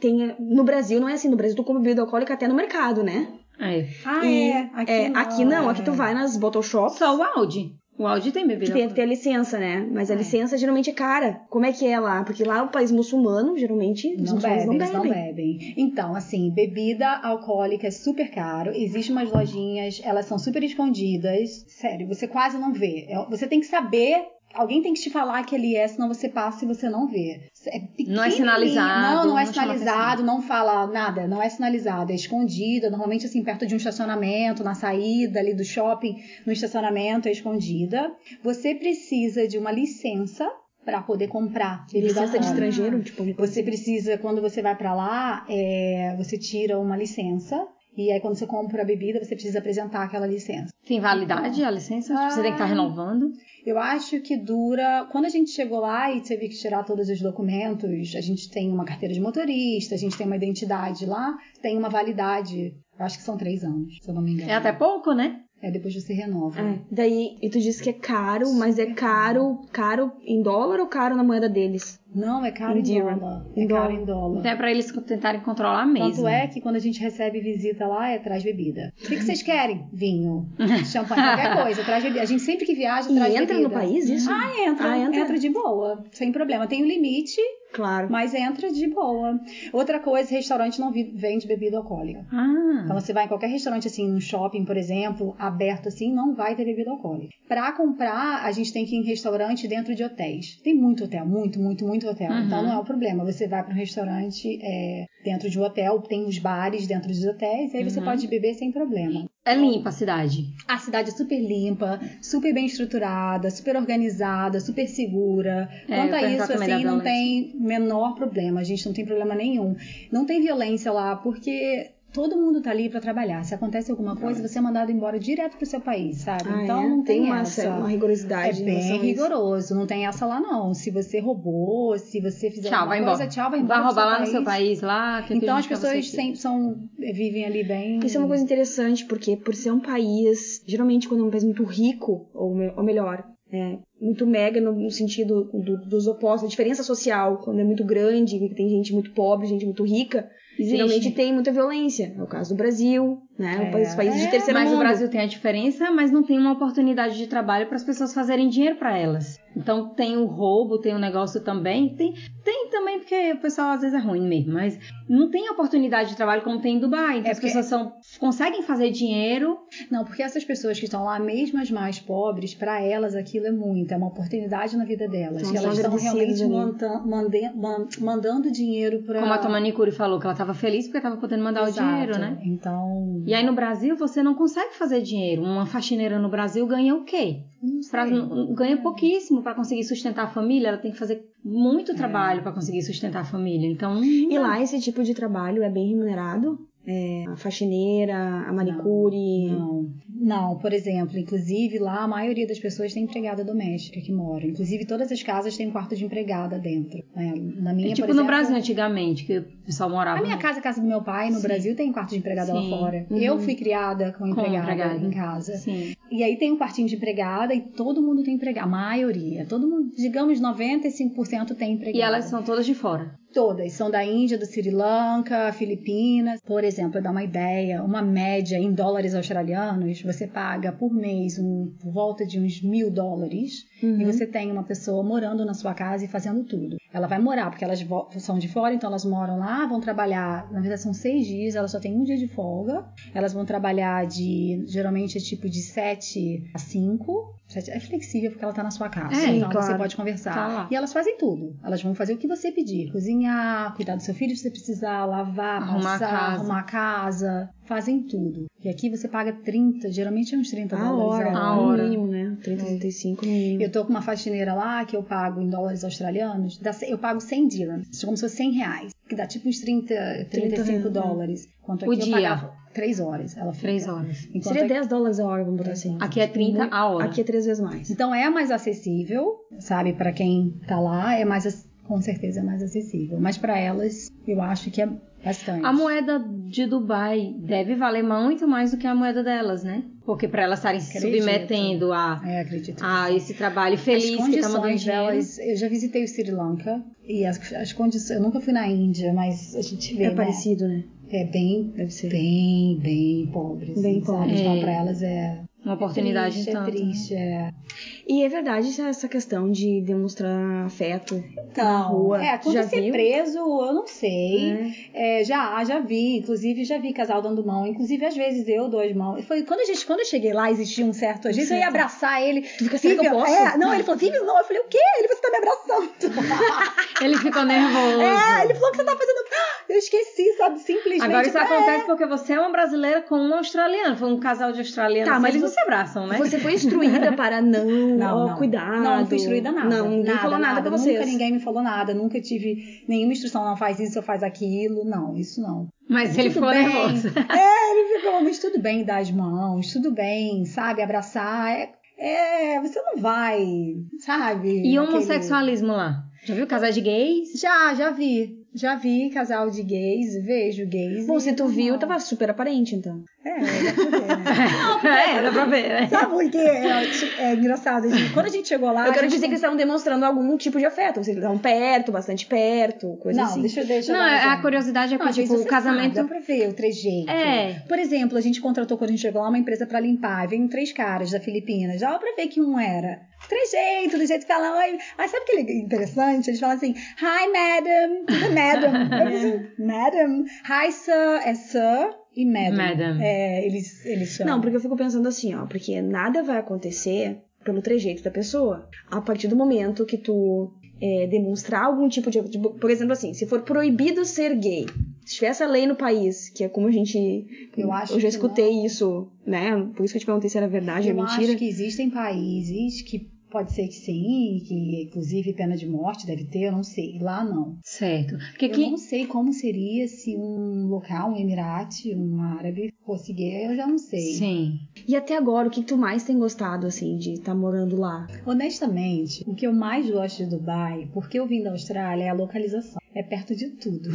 Tem, no Brasil não é assim, no Brasil tu come bebida alcoólica até no mercado, né? É. Ah, E, é. Aqui é, não. né? aqui não, aqui tu vai nas bottle shops, Só o Audi. O Audi tem que bebida. tem que ter a licença, né? Mas a É. licença geralmente é cara. Como é que é lá? Porque lá é um país muçulmano, geralmente os Não muçulmanos bebem, não eles não bebem. bebem. Então, assim, bebida alcoólica é super caro. Existem umas lojinhas, elas são super escondidas. Sério, você quase não vê. É- Você tem que saber. Alguém tem que te falar que ele é, senão você passa e você não vê. Não É é pequenininho. sinalizado, Não, não é não chama sinalizado, não fala nada, não é sinalizado, é escondida. Normalmente, assim, perto de um estacionamento, na saída ali do shopping, no estacionamento, é escondida. Você precisa de uma licença para poder comprar bebida Licença de alcoólica. estrangeiro, tipo, Você precisa, quando você vai pra lá, é, você tira uma licença. E aí, quando você compra a bebida, você precisa apresentar aquela licença. Tem validade a licença? Tipo, Você tem que estar Ah. renovando. Eu acho que dura. Quando a gente chegou lá e teve que tirar todos os documentos, a gente tem uma carteira de motorista, a gente tem uma identidade lá, tem uma validade. Eu acho que são três anos, se eu não me engano. É até pouco, né? É, depois você renova. É, daí, e tu disse que é caro, mas é caro, caro em dólar ou caro na moeda deles? Não, é caro Em em dirham. dólar. Em É dólar. caro em dólar. Então é pra eles tentarem controlar mesmo. Tanto é que quando a gente recebe visita lá, é traz bebida. O que, que vocês querem? Vinho, champanhe, qualquer coisa, traz bebida. A gente sempre que viaja, E traz entra bebida. no país isso? Ah, entra, Ah, entra? entra. de boa, sem problema. Tem um limite. Claro. Mas entra de boa. Outra coisa, restaurante não vi- vende bebida alcoólica. Ah, Então você vai em qualquer restaurante assim, num shopping, por exemplo, aberto assim, não vai ter bebida alcoólica. Pra comprar, a gente tem que ir em restaurante dentro de hotéis. Tem muito hotel, muito, muito, muito hotel. Uhum. Então não é o problema. Você vai para um restaurante é, dentro de um hotel, tem os bares dentro dos hotéis, e aí você Uhum. pode beber sem problema. é limpa a cidade. A cidade é super limpa, super bem estruturada, super organizada, super segura. É, Quanto eu a ia perguntar isso, também assim, da não tem menor problema. A gente não tem problema nenhum. Não tem violência lá, porque todo mundo tá ali pra trabalhar. Se acontece alguma coisa, você é mandado embora direto pro seu país, sabe? Ah, então é? não tem, uma, essa. uma É rigorosidade. em relação bem a isso. rigoroso, não tem essa lá não. Se você roubou, se você fizer Tchau, alguma vai coisa, embora. tchau, vai embora. Vai pro roubar lá no seu país, lá. que aqui Então as a gente quer você pessoas aqui. sempre são, vivem ali bem. Isso é uma coisa interessante, porque por ser um país, geralmente quando é um país muito rico, ou, me- ou melhor, é, muito mega no, no sentido do- dos opostos, a diferença social, quando é muito grande, tem gente muito pobre, gente muito rica, Existe. geralmente tem muita violência. É o caso do Brasil, né? É. Os países de É, terceiro mas mundo. o Brasil tem a diferença, mas não tem uma oportunidade de trabalho para as pessoas fazerem dinheiro para elas. Então tem o roubo, tem o negócio também, tem, tem também porque o pessoal às vezes é ruim mesmo, mas não tem oportunidade de trabalho como tem em Dubai. Então É as porque- pessoas são, conseguem fazer dinheiro. Não, porque essas pessoas que estão lá, mesmo as mais pobres, para elas aquilo é muito, é uma oportunidade na vida delas. Então, que são elas estão realmente agradecidas ali. monta- mande- man- mandando dinheiro para. Como a tua manicure falou, que ela estava feliz porque estava podendo mandar o dinheiro, né? Então. E aí no Brasil você não consegue fazer dinheiro. Uma faxineira no Brasil ganha o quê? não sei. Pra- É. ganha pouquíssimo para conseguir sustentar a família. Ela tem que fazer muito É. trabalho para conseguir sustentar a família. Então, E lá esse tipo de trabalho é bem remunerado. É, a faxineira, a manicure. Não. Não, por exemplo, inclusive lá a maioria das pessoas tem empregada doméstica que mora. Inclusive todas as casas têm um quarto de empregada dentro. né? Na minha, é tipo por exemplo, no Brasil antigamente, que o pessoal morava. A minha casa, a casa do meu pai, no Sim. Brasil, tem quarto de empregada Sim. lá fora. Uhum. Eu fui criada com empregada, empregada. em casa. Sim. E aí tem um quartinho de empregada e todo mundo tem empregada. A maioria. Todo mundo, digamos, 95% tem empregada. E elas são todas de fora. Todas. São da Índia, do Sri Lanka, Filipinas. Por exemplo, para dar uma ideia, uma média em dólares australianos, você paga por mês um, por volta de uns mil dólares. E Uhum. você tem uma pessoa morando na sua casa e fazendo tudo. Ela vai morar, porque elas vo- são de fora, então elas moram lá, vão trabalhar. Na verdade, são seis dias, elas só têm um dia de folga. Elas vão trabalhar de. Geralmente é tipo de sete a cinco. Sete- É flexível porque ela tá na sua casa. É, então claro. você pode conversar. Tá lá. E elas fazem tudo. Elas vão fazer o que você pedir: cozinhar, cuidar do seu filho se você precisar, lavar, Arrumar a passar, casa. arrumar a casa. Fazem tudo. E aqui você paga 30, geralmente é uns 30 A dólares hora, a no hora. mínimo, né? 30, É. 35 no mínimo. eu tô com uma faxineira lá que eu pago em dólares australianos, dá, ce- eu pago 100 dirhams, é como se fosse 100 reais, que dá tipo uns 30, 35 reais, né? dólares. Quanto O aqui dia. eu pagava 3 horas. Ela fica. Três horas. Enquanto é Seria aqui- 10 dólares a hora, vamos botar assim. Aqui é 30 a hora. Aqui é três vezes mais. Então é mais acessível, sabe, Pra quem tá lá, é mais ac- com certeza é mais acessível, mas pra elas eu acho que é bastante. A moeda de Dubai deve valer muito mais do que a moeda delas, né? Porque para elas estarem se Acredito. submetendo a, É, acredito. a esse trabalho as feliz que tá mandando condições dinheiro. delas, eu já visitei o Sri Lanka e as, as condições, eu nunca fui na Índia, mas a gente vê, É né? parecido, né? É bem Deve ser. bem, bem pobres. Bem Bem pobres. pobres. Então, É. pra elas é. Uma oportunidade triste, então. é triste. É. E é verdade essa- essa questão de demonstrar afeto. Então, rua. é, quando Já ser viu? preso, eu não sei. né? É, já, já vi. Inclusive, já vi casal dando mão. Inclusive, às vezes eu dou as mãos. Foi quando, a gente, quando eu cheguei lá, existia um certo. Às vezes eu ia abraçar ele. Tu fica, será que eu Vivian, posso? é, não, ele falou, Vivian, não. Eu falei, o quê? Ele, você tá me abraçando. Ele ficou nervoso. é, ele falou que você tá fazendo. Ah, Eu esqueci, sabe? Simplesmente. Agora isso É, acontece porque você é uma brasileira com um australiano. Foi um casal de australianos. Tá, mas eles não você- se abraçam, né? Você foi instruída para não, Não, ó, não. cuidado. Não, não fui instruída nada. Não, ninguém nada, falou nada, pra vocês. Nunca ninguém me falou nada. Nunca tive nenhuma instrução. Não faz isso, ou faz aquilo. Não, isso não. Mas ele Tudo ficou bem. nervoso. É, ele ficou, mas tudo bem dar as mãos, tudo bem, sabe? Abraçar. É, é, você não vai, sabe? E aquele- homossexualismo lá? Já viu casais de gays? um Já, já vi. Já vi casal de gays, vejo gays. Bom, e- se tu viu, Não. tava super aparente, então. É, dá pra ver, né? é, dá pra ver, né? Sabe por quê? É, é engraçado. gente. Quando a gente chegou lá. eu quero a gente dizer que eles estavam demonstrando algum tipo de afeto. Vocês estavam perto, bastante perto, coisa Não, assim. deixa, deixa eu Não, dar um é- a exemplo. curiosidade é Não, porque, às vezes tipo, o você casamento. sabe, Dá pra ver o trejeito. É. Por exemplo, a gente contratou quando a gente chegou lá uma empresa pra limpar. E vem três caras da Filipinas. Dava pra ver que um era trejeito, do jeito que falam. Oi. Mas sabe o que é interessante? Eles falam assim, hi madam, tudo madam. Eu disse, madam, hi sir, é sir e madam. Madam. É, eles, eles chamam. Não, porque eu fico pensando assim, ó, porque nada vai acontecer pelo trejeito da pessoa. A partir do momento que tu é, demonstrar algum tipo de, de- Por exemplo, assim, se for proibido ser gay, se tiver essa lei no país, que é como a gente. Eu acho já que escutei isso, né? Por isso que eu te perguntei se era verdade eu ou é mentira. acho que existem países que pode ser que sim, que inclusive pena de morte deve ter, eu não sei. Lá não. Certo. Porque Eu aqui. não sei como seria se um local, um emirate, um árabe fosse gay, eu já não sei. Sim. E até agora, o que tu mais tem gostado, assim, de estar morando lá? Honestamente, o que eu mais gosto de Dubai, porque eu vim da Austrália, é a localização. É perto de tudo.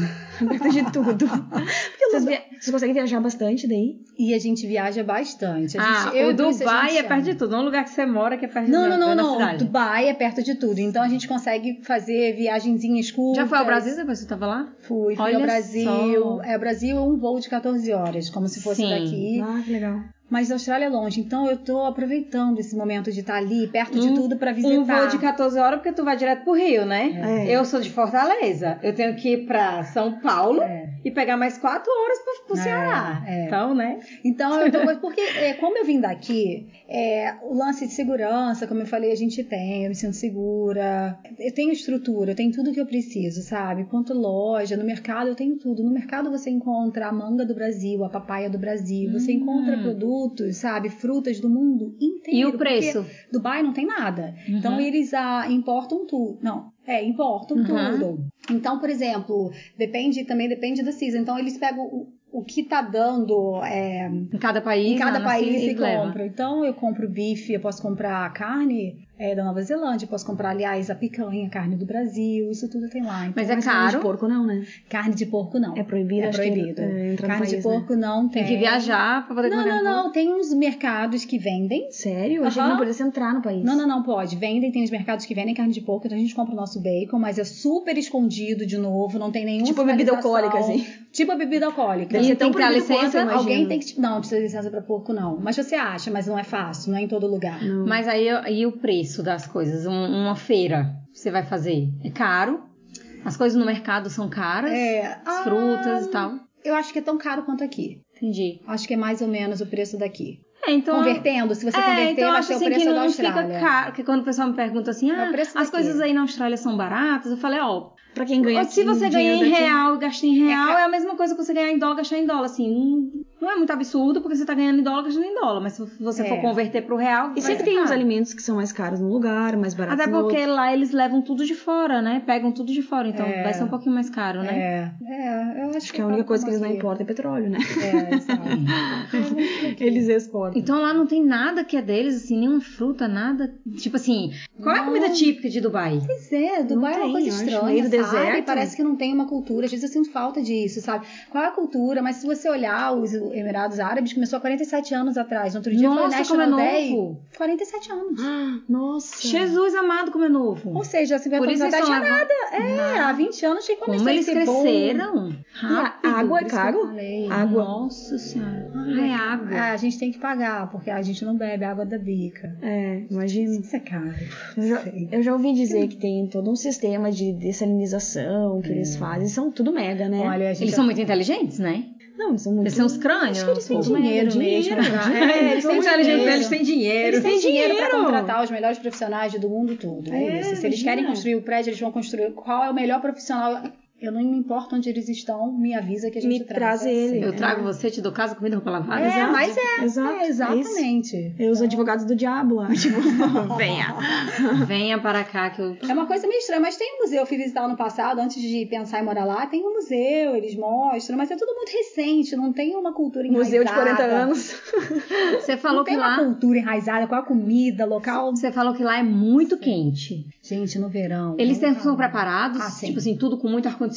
Perto de tudo. Porque Vocês, via... Vocês conseguem viajar bastante daí? E a gente viaja bastante. A Ah, gente, eu o e Bruce, a Dubai gente é perto ama. de tudo. Um lugar que você mora que é perto de Não, da- não, não, da não. cidade. Dubai é perto de tudo. Então a gente consegue fazer viagenzinhas curtas. Já foi ao Brasil depois que você tava lá? Fui, fui Olha ao Brasil. só. É, o Brasil é um voo de 14 horas, como se fosse Sim. daqui. Ah, que legal. Mas a Austrália é longe, então eu tô aproveitando esse momento de estar ali, perto de Um- tudo, pra visitar. Um voo de 14 horas porque tu vai direto pro Rio, né? É. Eu sou de Fortaleza. Eu tenho que ir pra São Paulo É. e pegar mais 4 horas pro, pro É, Ceará. é. Então, né? Então, eu tô, porque é, como eu vim daqui, é, o lance de segurança, como eu falei, a gente tem, eu me sinto segura, eu tenho estrutura, eu tenho tudo que eu preciso, sabe? Quanto loja, no mercado eu tenho tudo. No mercado você encontra a manga do Brasil, a papaya do Brasil, você Hum. encontra produtos, sabe? Frutas do mundo E inteiro. o preço? porque Dubai não tem nada. Uhum. Então eles ah, importam tudo. Não, é, importam Uhum. tudo. Então, por exemplo, depende, também depende da season. Então eles pegam o, o que tá dando é, Em cada país. assim, em cada lá na país Síria, se eles levam. compra. Então eu compro bife, eu posso comprar carne é, da Nova Zelândia, eu posso comprar, aliás, a picanha, a carne do Brasil, isso tudo tem lá. Então, Mas é não de caro. porco não, né? Carne de porco não. É proibido, É acho que, proibido. é, entrar no carne de país, porco não tem. né? Tem que viajar pra poder Não, comer não, não. Tem uns mercados que vendem. Né? Sério? Eu achei que Aham. não podia entrar no país. Não, não, não, pode. Vendem, tem os mercados que vendem carne de porco, então a gente compra o nosso bacon, mas é super escondido de novo, não tem nenhum Tipo bebida alcoólica, assim. Tipo a bebida alcoólica. Deve ser tão que ter proibido quanto, licença, eu alguém imagino. tem que. te- Não, não precisa de licença pra porco, não. Mas você acha, mas não é fácil, não é em todo lugar. Não. Mas aí, aí o preço das coisas? Um- uma feira você vai fazer? É caro? As coisas no mercado são caras? As ah, frutas e tal? Eu acho que é tão caro quanto aqui. Entendi. Acho que é mais ou menos o preço daqui. É, então... Convertendo, se você converter, então eu vai acho ser assim o preço é que da não Austrália. fica caro. Porque quando o pessoal me pergunta assim, É ah, o preço as daqui. coisas aí na Austrália são baratas, eu falei, ó, Pra quem ganha se você dinheiro ganhar em daqui- real e gastar em real, é, a mesma coisa que você ganhar em dólar e gastar em dólar. Assim, não- não é muito absurdo, porque você tá ganhando em dólar gastando em dólar. Mas se você É. for converter pro real, E vai ser sempre tem uns caro. alimentos que são mais caros num lugar, mais baratos Até no outro. porque lá eles levam tudo de fora, né? Pegam tudo de fora, então É. vai ser um pouquinho mais caro, né? É, é, eu acho, Acho que a única coisa que eles não aqui. importam é petróleo, né? É, exato. Eles exportam. Então lá não tem nada que é deles, assim, nenhuma fruta, nada. Tipo assim, qual é a comida típica de Dubai? Pois é, Dubai é tem, uma coisa eu acho, estranha, no meio do sabe? deserto. Parece que não tem uma cultura. Às vezes eu sinto falta disso, sabe? Qual é a cultura? Mas se você olhar os Emirados Árabes, começou há 47 anos atrás. No outro dia foi Nossa, como é National Day. novo! 47 anos. Ah, Nossa. Jesus amado, como é novo! Ou seja, 50 Por anos isso eles atrás estão tinha levando... nada. né? É, há 20 anos tinha quando Como eles Facebook. cresceram! Ah, E a Rápido, água por é isso que eu caro? falei. Água. Nossa senhora! Ai, água! Ah, a gente tem que pagar, porque a gente não bebe água da bica. É, imagino. Isso é caro. Eu já, Sei. eu já ouvi dizer que tem todo um sistema de dessalinização que eles fazem. São tudo mega, né? Olha, a É. gente é Eles são muito inteligentes, né? Não, eles são muito... Eles são os crânios. Acho que eles têm um pouco. dinheiro, mesmo. né? É, eles são inteligentes, eles têm dinheiro. Eles têm dinheiro, pra dinheiro. contratar os melhores profissionais do mundo todo. É, É, isso. Se eles querem imagina. construir o prédio, eles vão construir. Qual é o melhor profissional? Eu não me importo onde eles estão, me avisa que a gente Me traz. assim. traz ele. Ah, Eu trago você, te dou casa, comida, roupa lavada. É, sabe? mas é. Exato. é, exatamente. É os advogados do diabo lá. Tipo, venha. Venha para cá que eu. É uma coisa meio estranha, mas tem um museu. Eu fui visitar ano passado, antes de pensar em morar lá, tem um museu, eles mostram, mas é tudo muito recente, não tem uma cultura enraizada. Museu de 40 anos. Você Não falou tem que uma lá. cultura enraizada, qual a comida, local. Você falou que lá é muito quente. Gente, no verão. Eles não têm- dá. são preparados, Ah, sim. tipo assim, tudo com muito ar-condicionado.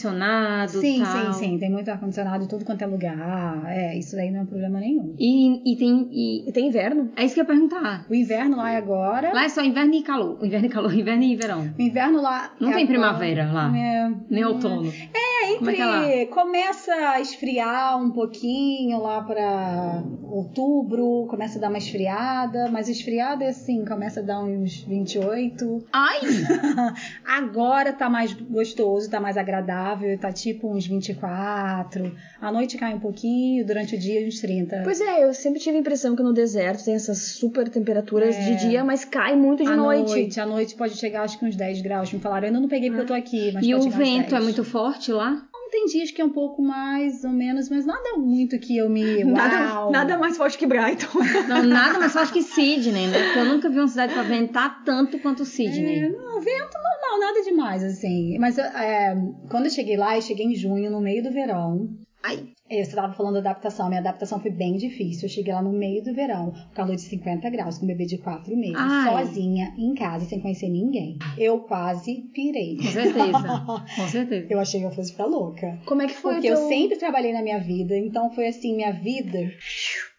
Sim, tal. sim, sim. Tem muito ar-condicionado em tudo quanto é lugar. É, isso daí não é problema nenhum. E, e tem. e- E tem inverno. É isso que eu ia perguntar. O inverno lá é agora. Lá é só inverno e calor. Inverno e calor, inverno e verão. O inverno lá. Não é tem agora. primavera lá. É. Nem outono. É, entre Como é que é lá? começa a esfriar um pouquinho lá pra outubro, começa a dar uma esfriada, mas esfriada é assim, começa a dar uns 28. Ai! Agora tá mais gostoso, tá mais agradável, tá tipo uns 24. À noite cai um pouquinho, durante o dia uns 30. Pois é, eu sempre tive a impressão que no deserto tem essas super temperaturas de dia, mas cai é, muito de É. à noite. noite, à noite pode chegar acho que uns 10 graus, me falaram. Eu ainda não peguei porque eu tô aqui, mas E pode o chegar uns vento é 10. muito forte lá? Tem dias que é um pouco mais ou menos, mas nada muito que eu me. Nada, Uau! nada mais forte que Brighton. Não, nada, mas acho que Sydney, né? Porque eu nunca vi uma cidade pra ventar tanto quanto Sydney. É, não, vento normal, nada demais, assim. Mas é, quando eu cheguei lá, eu cheguei em junho, no meio do verão. Ai. É, Você tava falando da adaptação, minha adaptação foi bem difícil. Eu cheguei lá no meio do verão, com calor de 50 graus, com um bebê de 4 meses, Ai. sozinha, em casa, sem conhecer ninguém. Eu quase pirei. Com certeza. Com certeza. Eu achei que eu fosse ficar louca. Como é que foi? o Porque eu teu- sempre trabalhei na minha vida, então foi assim, minha vida É.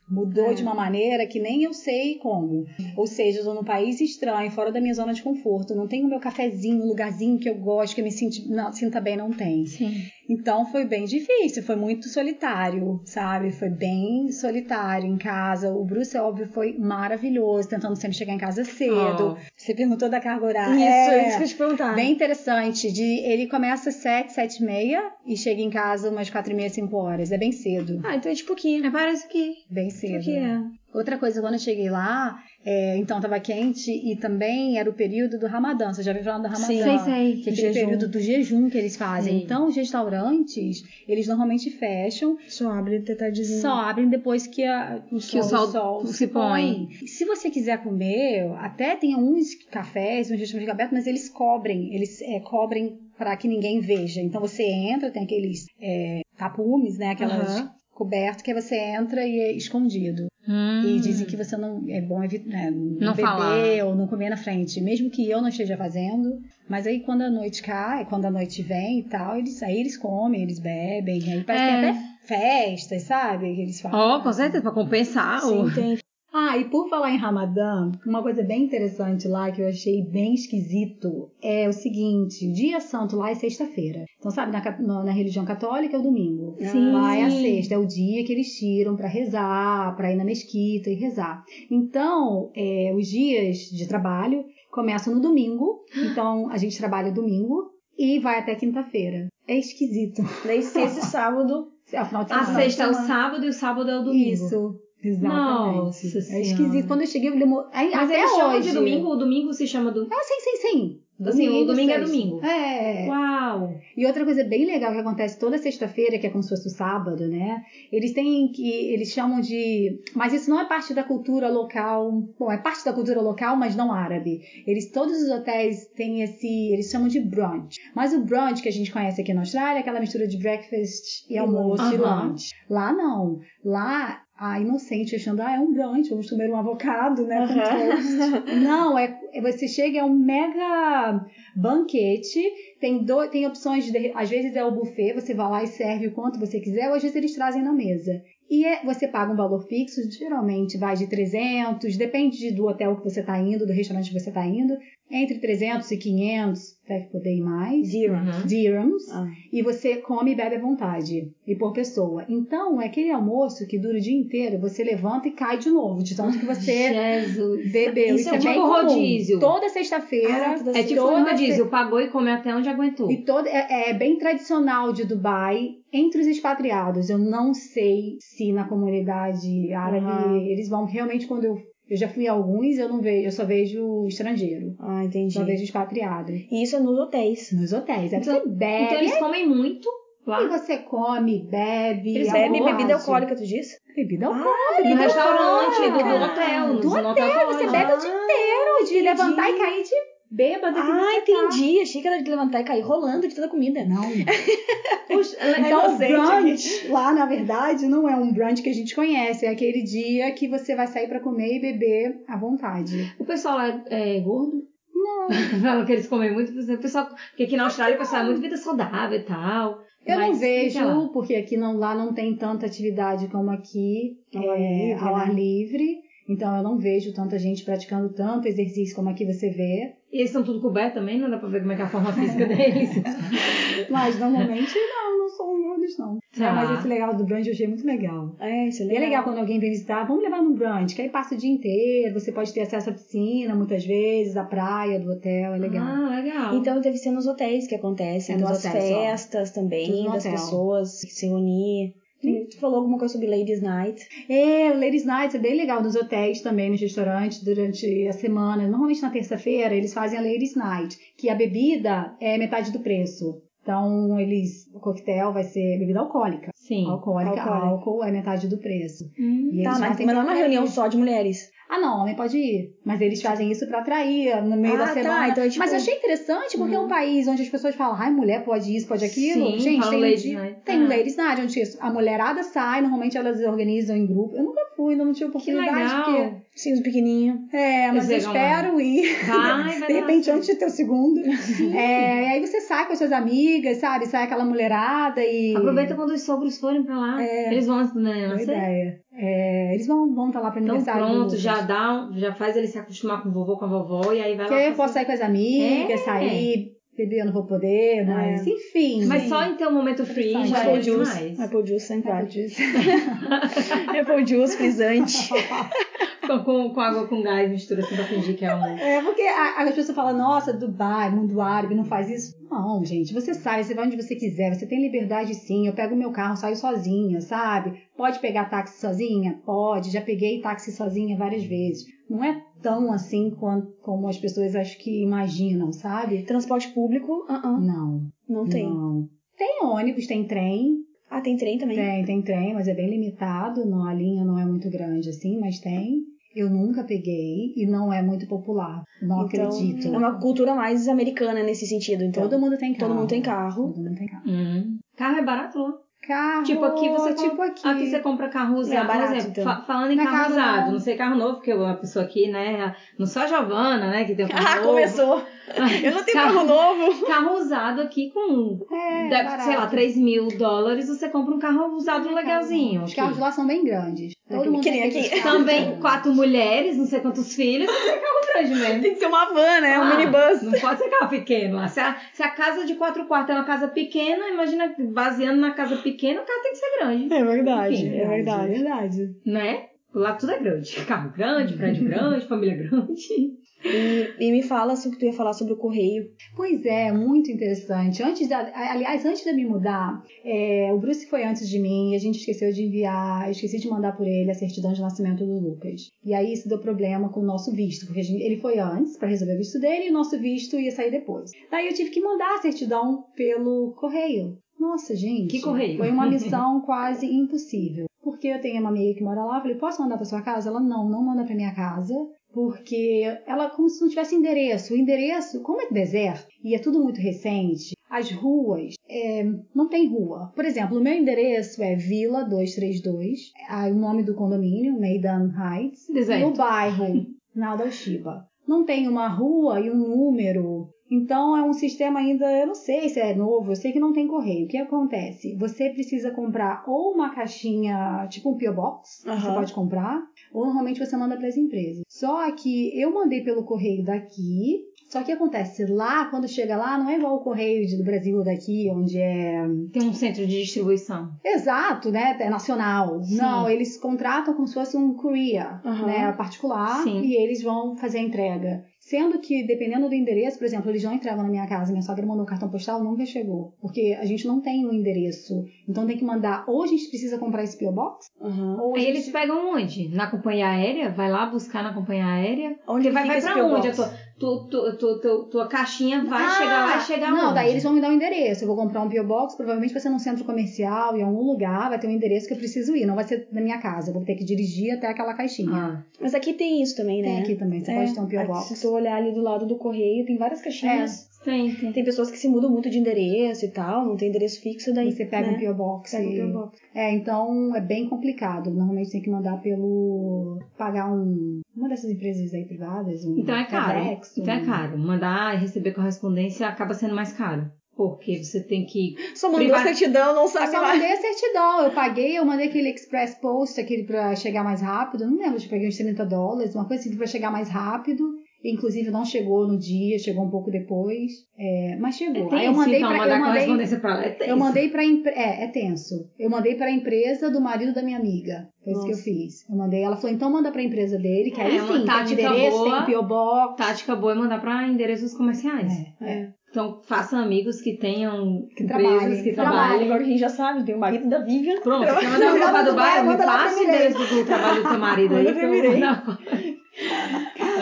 mudou de uma maneira que nem eu sei como. Ou seja, eu tô num país estranho, fora da minha zona de conforto, não tenho meu cafezinho, um lugarzinho que eu gosto, que eu me sinto, não, sinta bem, não tem. Sim. Então foi bem difícil, foi muito solitário, sabe? Foi bem solitário em casa. O Bruce, é óbvio, foi maravilhoso, tentando sempre chegar em casa cedo. Oh. Você perguntou da carga horária. Ah. Isso, É. é isso que eu ia te perguntar. Bem interessante. De, ele começa às 7, 7 e meia e chega em casa umas 4 e meia, 5 horas. É bem cedo. Ah, então é tipo que. É, parece que. Bem Tipo cedo. que é. Outra coisa, quando eu cheguei lá, é, então tava quente e também era o período do Ramadã. Você já ouviu falar do Ramadã? Sim. Sei, sei. Que é aquele Jejum. período do jejum que eles fazem. Sim. Então, os restaurantes, eles normalmente fecham, Só abre até tardezinho. só abrem depois que, a- o, sol, sol o sol se se põe. põe. E Se você quiser comer, até tem uns cafés, uns restaurantes abertos, mas eles cobrem, eles é, cobrem para que ninguém veja. Então você entra, tem aqueles é, tapumes, né? Aquelas Aham. cobertas que você entra e é escondido. Hum. E dizem que você não é bom evitar, né, não, Não beber falar. ou não comer na frente, mesmo que eu não esteja fazendo. Mas aí quando a noite cai, quando a noite vem e tal, eles aí eles comem, eles bebem, aí parece que É. tem até festas, sabe? Que eles fazem. Ó, com certeza, pra compensar. o- Sim, tem. Ah, e por falar em Ramadã, uma coisa bem interessante lá que eu achei bem esquisito é o seguinte: dia santo lá é sexta-feira. Então, sabe, na, ca- na- na religião católica é o domingo. Sim, lá é a sim. sexta, é o dia que eles tiram pra rezar, pra ir na mesquita e rezar. Então, é, os dias de trabalho começam no domingo. Então, a gente trabalha domingo e vai até quinta-feira. É esquisito. Daí sexta e sábado. É o final de A semana. sexta é o sábado e o sábado é o domingo. Isso. Exatamente. Nossa é Senhora. esquisito. Quando eu cheguei, eu demorei. Mas Até eles chamam hoje. de domingo, o domingo se chama do. Ah, sim, sim, sim. Assim, o domingo é sexta. domingo. É. Uau! E outra coisa bem legal que acontece toda sexta-feira, que é como se fosse o sábado, né? Eles têm que. Eles chamam de. Mas isso não é parte da cultura local. Bom, é parte da cultura local, mas não árabe. Eles, todos os hotéis têm esse. Eles chamam de brunch. Mas o brunch que a gente conhece aqui na Austrália é aquela mistura de breakfast e almoço e Aham. lunch. Lá não. Lá. A inocente achando, ah, é um brunch, vamos comer um avocado, né? com toast. Não, é, é- você chega, é um mega banquete, tem, do, tem opções, de, derre- às vezes é o buffet, você vai lá e serve o quanto você quiser, ou às vezes eles trazem na mesa. E é- você paga um valor fixo, geralmente vai de 300, depende de- do hotel que você está indo, do restaurante que você está indo, entre 300 e 500, deve poder ir mais. Zero. Dirhams, Ah. e você come e bebe à vontade, e por pessoa. Então, é aquele almoço que dura o dia inteiro, você levanta e cai de novo, de tanto que você Jesus! bebeu. Isso é tipo bem comum. rodízio. Toda sexta-feira. Ah, toda É tipo toda um se- rodízio, pagou e comeu até onde aguentou. e todo, é, é bem tradicional de Dubai entre os expatriados. Eu não sei se na comunidade árabe Aham. eles vão realmente quando eu, eu já fui a alguns, eu não vejo, eu só vejo estrangeiro. Ah, entendi. Só vejo expatriado. E isso é nos hotéis. Nos hotéis. Aí você bebe, Então eles comem muito lá. aí você come, bebe. Eles à bebem vontade. bebida alcoólica, tu diz? Ah, Bebida alcoólica. No restaurante, Ah, do do cara. hotel, Então, Do no hotel. Você bebe o dia inteiro de entendi. levantar e cair de bêbada. que Ah, você tá. entendi. Achei que era de levantar e cair rolando de toda a comida. Não. Puxa, Então, o inocente brunch lá, na verdade, não é um brunch que a gente conhece. É aquele dia que você vai sair pra comer e beber à vontade. O pessoal lá é, é gordo? Não. Falam que eles comem muito. O pessoal, porque aqui na Austrália o pessoal é muito vida saudável e tal. Eu Mas, não vejo, sei lá. porque aqui não, lá não tem tanta atividade como aqui, Ao ar é, livre, ao né? ar livre. Então, eu não vejo tanta gente praticando tanto exercício como aqui você vê. E eles estão tudo cobertos também, não dá pra ver como é que é a forma física deles. Mas normalmente não, não são humildes, não. Tá. É, mas esse legal do brunch eu achei muito legal. É, isso é E é legal quando alguém vem visitar, vamos levar num brunch, que aí passa o dia inteiro, você pode ter acesso à piscina muitas vezes, à praia do hotel, é legal. Ah, legal. Então deve ser nos hotéis que acontece, É então nos as hotéis, ó. festas Tudo também, no das hotel. pessoas que se reunir. Tu, tu falou alguma coisa sobre Ladies Night. É, o Ladies Night é bem legal nos hotéis também, nos restaurantes, durante a semana. Normalmente na terça-feira eles fazem a Ladies Night, que a bebida é metade do preço. Então, eles, o coquetel vai ser bebida alcoólica. Sim. Hum. Alcoólica, Alcoólica. álcool é metade do preço. E eles tá, mas, fazem mas não é uma pra- reunião só de mulheres. Ah, não, homem pode ir. Mas eles fazem isso pra atrair no meio Ah, da tá, semana. então é tipo- Uhum. Mas eu achei interessante porque é um país onde as pessoas falam, ai, mulher pode isso, pode aquilo. Sim, Gente, fala tem, ladies dia- night. tem Ah. ladies night onde isso- a mulherada sai, normalmente elas organizam em grupo. Eu nunca fui, ainda não tive Que oportunidade. legal. Porque... Sim, os pequenininhos. É, mas eu Eles pegam espero ir. Vai, vai De repente, dar antes de ter o segundo. É, aí você sai com as suas amigas, sabe? Sai aquela mulherada e. certo. Aproveita quando os sogros forem pra lá. É. Eles vão né, antes do neném Boa nascer. ideia. É, eles vão estar vão tá lá pra Então aniversário. do pronto, Lucas. já dá, um- já faz ele se acostumar com o vovô, com a vovó, e aí vai Porque lá. aí eu pra- posso sair com as amigas, É. sair, beber eu não vou poder, mas enfim. Mas só em ter um momento free Sim. já é Apple Juice. demais. Apple Juice sem Sabe parte. disso? Apple Juice, frisante. Com, com, com água com gás, mistura assim pra fingir que é um. É porque a- as pessoas falam, nossa, Dubai, mundo árabe, não faz isso. Não, gente, você sai, você vai onde você quiser, você tem liberdade sim. Eu pego meu carro, saio sozinha, sabe? Pode pegar táxi sozinha? Pode, já peguei táxi sozinha várias vezes. Não é tão assim quan- como as pessoas acho que imaginam, sabe? Transporte público, ah, ah, Não, não tem. não. Tem ônibus, tem trem, Ah, tem trem também? Tem, tem trem, mas é bem limitado. Não, a linha não é muito grande assim, mas tem. Eu nunca peguei e não é muito popular. Não Então, acredito. É uma cultura mais americana nesse sentido, então. Todo mundo tem carro. Todo mundo tem carro. Todo mundo tem carro. Hum. Carro é barato lá. Carro. Tipo aqui você tipo aqui. Aqui você compra carro usado. É barato, por exemplo, então. fa- falando em Não é carro carro usado, não. não sei carro novo, porque eu- a pessoa aqui, né? Não só a Giovana, né? Que tem um carro Ah, novo. começou. Eu não tenho Carro- carro novo. Carro usado aqui com, É, deve- barato. é sei lá, 3 mil dólares, você compra um carro usado legalzinho. Os carros lá são bem grandes. Todo que mundo nem tem aqui. aqueles carros Também grandes. quatro mulheres, não sei quantos filhos, tem que ser carro grande mesmo. Tem que ser uma van, né? Um Ah, minibus. Não pode ser carro pequeno. lá. Se a, se a casa de quatro quartos é uma casa pequena, imagina baseando na casa pequena, o carro tem que ser grande, É verdade, Enfim, é verdade. É verdade. né? Lá tudo é grande. Carro grande, prédio grande, família grande. E, e me fala sobre o que tu ia falar sobre o correio. Pois é, muito interessante. Antes da, aliás, antes de eu me mudar, é, o Bruce foi antes de mim e a gente esqueceu de enviar, eu esqueci de mandar por ele a certidão de nascimento do Lucas. E aí isso deu problema com o nosso visto, porque a gente- ele foi antes pra resolver o visto dele e o nosso visto ia sair depois. Daí eu tive que mandar a certidão pelo correio. Nossa, gente. Que correio? Foi uma missão quase impossível. Porque eu tenho uma amiga que mora lá, eu falei, posso mandar pra sua casa? Ela, não, não manda pra minha casa. Porque ela, como se não tivesse endereço. O endereço, como é deserto e é tudo muito recente, as ruas, é, não tem rua. Por exemplo, o meu endereço é Vila 232, aí é, o nome do condomínio, Maidan Heights, e o Deserto. bairro, na Dalshiba. Não tem uma rua e um número. Então é um sistema ainda, eu não sei se é novo, eu sei que não tem correio. O que acontece? Você precisa comprar ou uma caixinha, tipo um P.O. Box, que você Aham. pode comprar, ou normalmente você manda para as empresas. Só que eu mandei pelo correio daqui, só que acontece lá, quando chega lá, não é igual o correio de- do Brasil daqui, onde é Tem um centro de distribuição. exato, né? É nacional. Sim. Não, eles contratam como se fosse um courier, Aham. né? Particular, Sim. e eles vão fazer a entrega. Sendo que, dependendo do endereço, por exemplo, eles não entregam na minha casa. Minha sogra mandou um cartão postal, nunca chegou. Porque a gente não tem o endereço. Então tem que mandar, ou a gente precisa comprar esse P.O. Box, Aham. ou a Aí gente... eles pegam onde? Na companhia aérea? Vai lá buscar na companhia aérea? Onde Porque vai, fica vai esse pra P.O. onde? A Box? tua, tu- tu- tu- tu- tua caixinha vai Ah, chegar lá e chegar onde? Não, daí eles vão me dar um endereço. Eu vou comprar um P.O. Box, provavelmente vai ser num centro comercial, em algum lugar, vai ter um endereço que eu preciso ir. Não vai ser na minha casa, eu vou ter que dirigir até aquela caixinha. Ah, Mas aqui tem isso também, né? Tem aqui também, você É, pode ter um P.O. aqui, Box. Se tu olhar ali do lado do correio, tem várias caixinhas. tem, É. tem. Tem pessoas que se mudam muito de endereço e tal, não tem endereço fixo, daí Você pega né? um P.O. Box. Pega e- um P.O. Box. É, então é bem complicado. Normalmente tem que mandar pelo. pagar um. uma dessas empresas aí privadas. Um Então é caro. FedEx, Então é um- caro. Mandar e receber correspondência acaba sendo mais caro. Porque você tem que. Só mandou Priva- certidão, não Eu sabe só lá. mandei a certidão, eu paguei, eu mandei aquele express post, aquele pra chegar mais rápido, eu não lembro, acho que eu paguei uns 30 dólares, uma coisa assim pra chegar mais rápido. Inclusive não chegou no dia, chegou um pouco depois, é, mas chegou. tenso, Aí eu mandei então, pra, mandar eu mandei, correspondência pra lá é eu tenso. mandei pra empre- é, é tenso. Eu mandei pra empresa do marido da minha amiga. Foi isso que eu fiz. Eu mandei, ela falou, então manda pra empresa dele, que É, aí uma sim, tem tática endereço, boa. tem o PO Box. Tática boa é mandar pra endereços comerciais. É, é. Então, faça amigos que tenham Que empresas trabalhem, que trabalhem. trabalhem. Agora que a gente já sabe, tem o marido da Vivian. Pronto, você quer mandar uma roupa do bairro? Me Manda lá pra passa o Mirei. endereço do trabalho do seu marido aí. Manda pra que eu vou Mirei. mandar.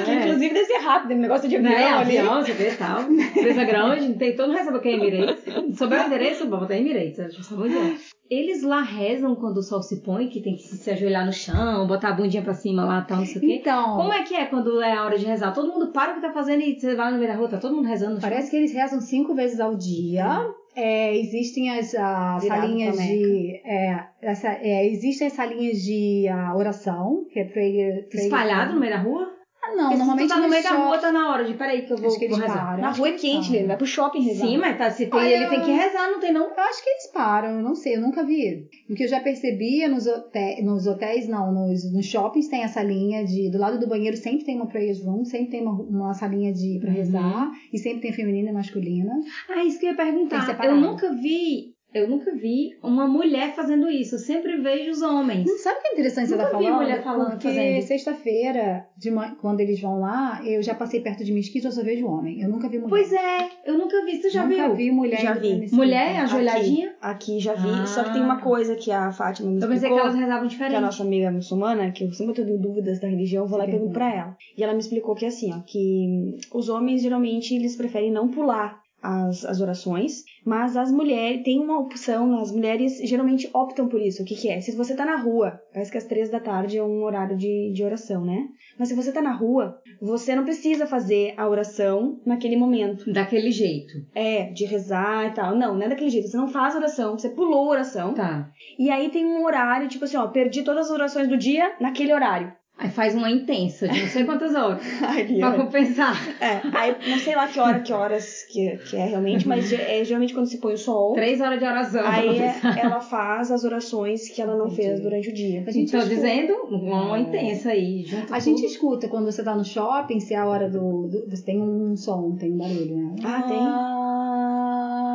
Que É. inclusive deve ser rápido, tem um negócio de avião Né? ali. Avião, você vê tal. Empresa grande, tem, todo mundo recebe o que é Emirates. Souber o endereço, bom, tem Emirates, acho que muito bom. Eles lá rezam quando o sol se põe, que tem que se ajoelhar no chão, botar a bundinha pra cima lá, tal, não sei o quê. Então, Como é que é quando é a hora de rezar? Todo mundo para o que tá fazendo e você vai lá no meio da rua, tá todo mundo rezando no chão. Parece que eles rezam cinco vezes ao dia. É, existem as ah, Virado salinhas caneca. de. É, essa, é, existem as salinhas de ah, oração, que é prayer. prayer- Espalhado no meio da rua? Ah, não, Porque se normalmente tu tá no meio shopping- da rua, tá na hora de, peraí que eu vou, Acho que eles vou rezar. param. Na rua é quente, né? Ele vai pro shopping rezar. Sim, mas tá, se tem, Olha- ele tem que rezar, não tem não? Eu acho que eles param, eu não sei, eu nunca vi. O que eu já percebia nos, hote- nos hotéis, não, nos, nos shoppings tem essa linha de. Do lado do banheiro sempre tem uma prayer room, sempre tem uma, uma salinha de pra Uhum. rezar, e sempre tem a feminina e masculina. Ah, isso que eu ia Tem perguntar. separado. Eu nunca vi, eu nunca vi uma mulher fazendo isso. Eu sempre vejo os homens. Não sabe o que é interessante você Nunca tá vi falando? mulher falando, porque fazendo. sexta-feira, de ma- quando eles vão lá, eu já passei perto de mesquita, eu só vejo homem. Eu nunca vi mulher. Pois é, eu nunca vi. Tu já nunca viu? vi mulher. Já indo vi. pra mesquita. Mulher é ajoelhadinha? Aqui já vi, Ah. só que tem uma coisa que a Fátima me Eu pensei que explicou, elas rezavam que diferente. a nossa amiga muçulmana, que eu sempre tenho dúvidas da religião, eu vou lá e pergunto pra ela. E ela me explicou que assim, ó, que os homens geralmente eles preferem não pular as, as orações, mas as mulheres tem uma opção, as mulheres geralmente optam por isso. O que que é? Se você tá na rua, parece que às três da tarde é um horário de, de oração, né? Mas se você tá na rua, você não precisa fazer a oração naquele momento. Daquele jeito. É, de rezar e tal. Não, não é daquele jeito. Você não faz oração, você pulou a oração. Tá. E aí tem um horário, tipo assim, ó, perdi todas as orações do dia naquele horário. Aí faz uma intensa de não sei quantas horas. Aí, pra compensar. é, aí não sei lá que hora, que horas que, que é realmente, mas ge- é geralmente quando se põe o sol. Três horas de oração. Aí pra é- compensar. ela faz as orações que ela não fez durante o dia. A gente Tô escuta. Então, dizendo, uma intensa aí. Junto A gente escuta quando você tá no shopping, se é a hora do. do- você tem um som, tem um barulho, né? Ah, tem?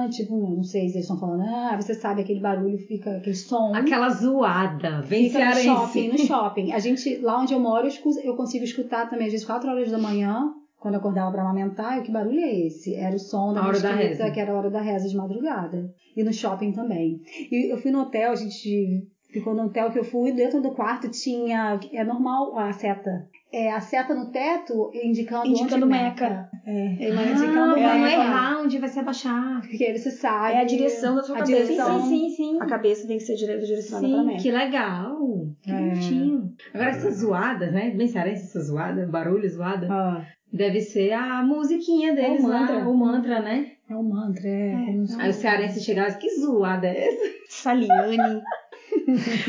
tem. Tipo, não sei se eles estão falando, ah, você sabe aquele barulho, fica aquele som. com aquela zoada. Vem Fica é no shopping, cearense. no shopping. A gente, lá onde eu moro, eu escu- eu consigo escutar também, às vezes, 4 horas da manhã, quando eu acordava pra amamentar, eu, que barulho é esse? Era o som da A hora da mesquita, reza. que era a hora da reza de madrugada. E no shopping também. E eu fui no hotel, a gente ficou no hotel que eu fui, dentro do quarto tinha, é normal a seta. É a seta no teto indicando Indicando onde Meca. É. É, mas Ah, então, pra é, não é, errar onde vai se abaixar. Porque aí você sabe. é a direção da sua A cabeça. direção. Sim, sim, sim. sim. A cabeça tem que ser dire- direcionada pra Sim, Meca. que legal. Que É. bonitinho. Agora, essas zoadas, né? Bem cearense, essa zoada, barulho zoada. Ah, Deve ser a musiquinha deles É o lá, mantra. o mantra, né? é um mantra, é. como se- Aí o cearense chegava e disse, que zoada é essa? Saliane.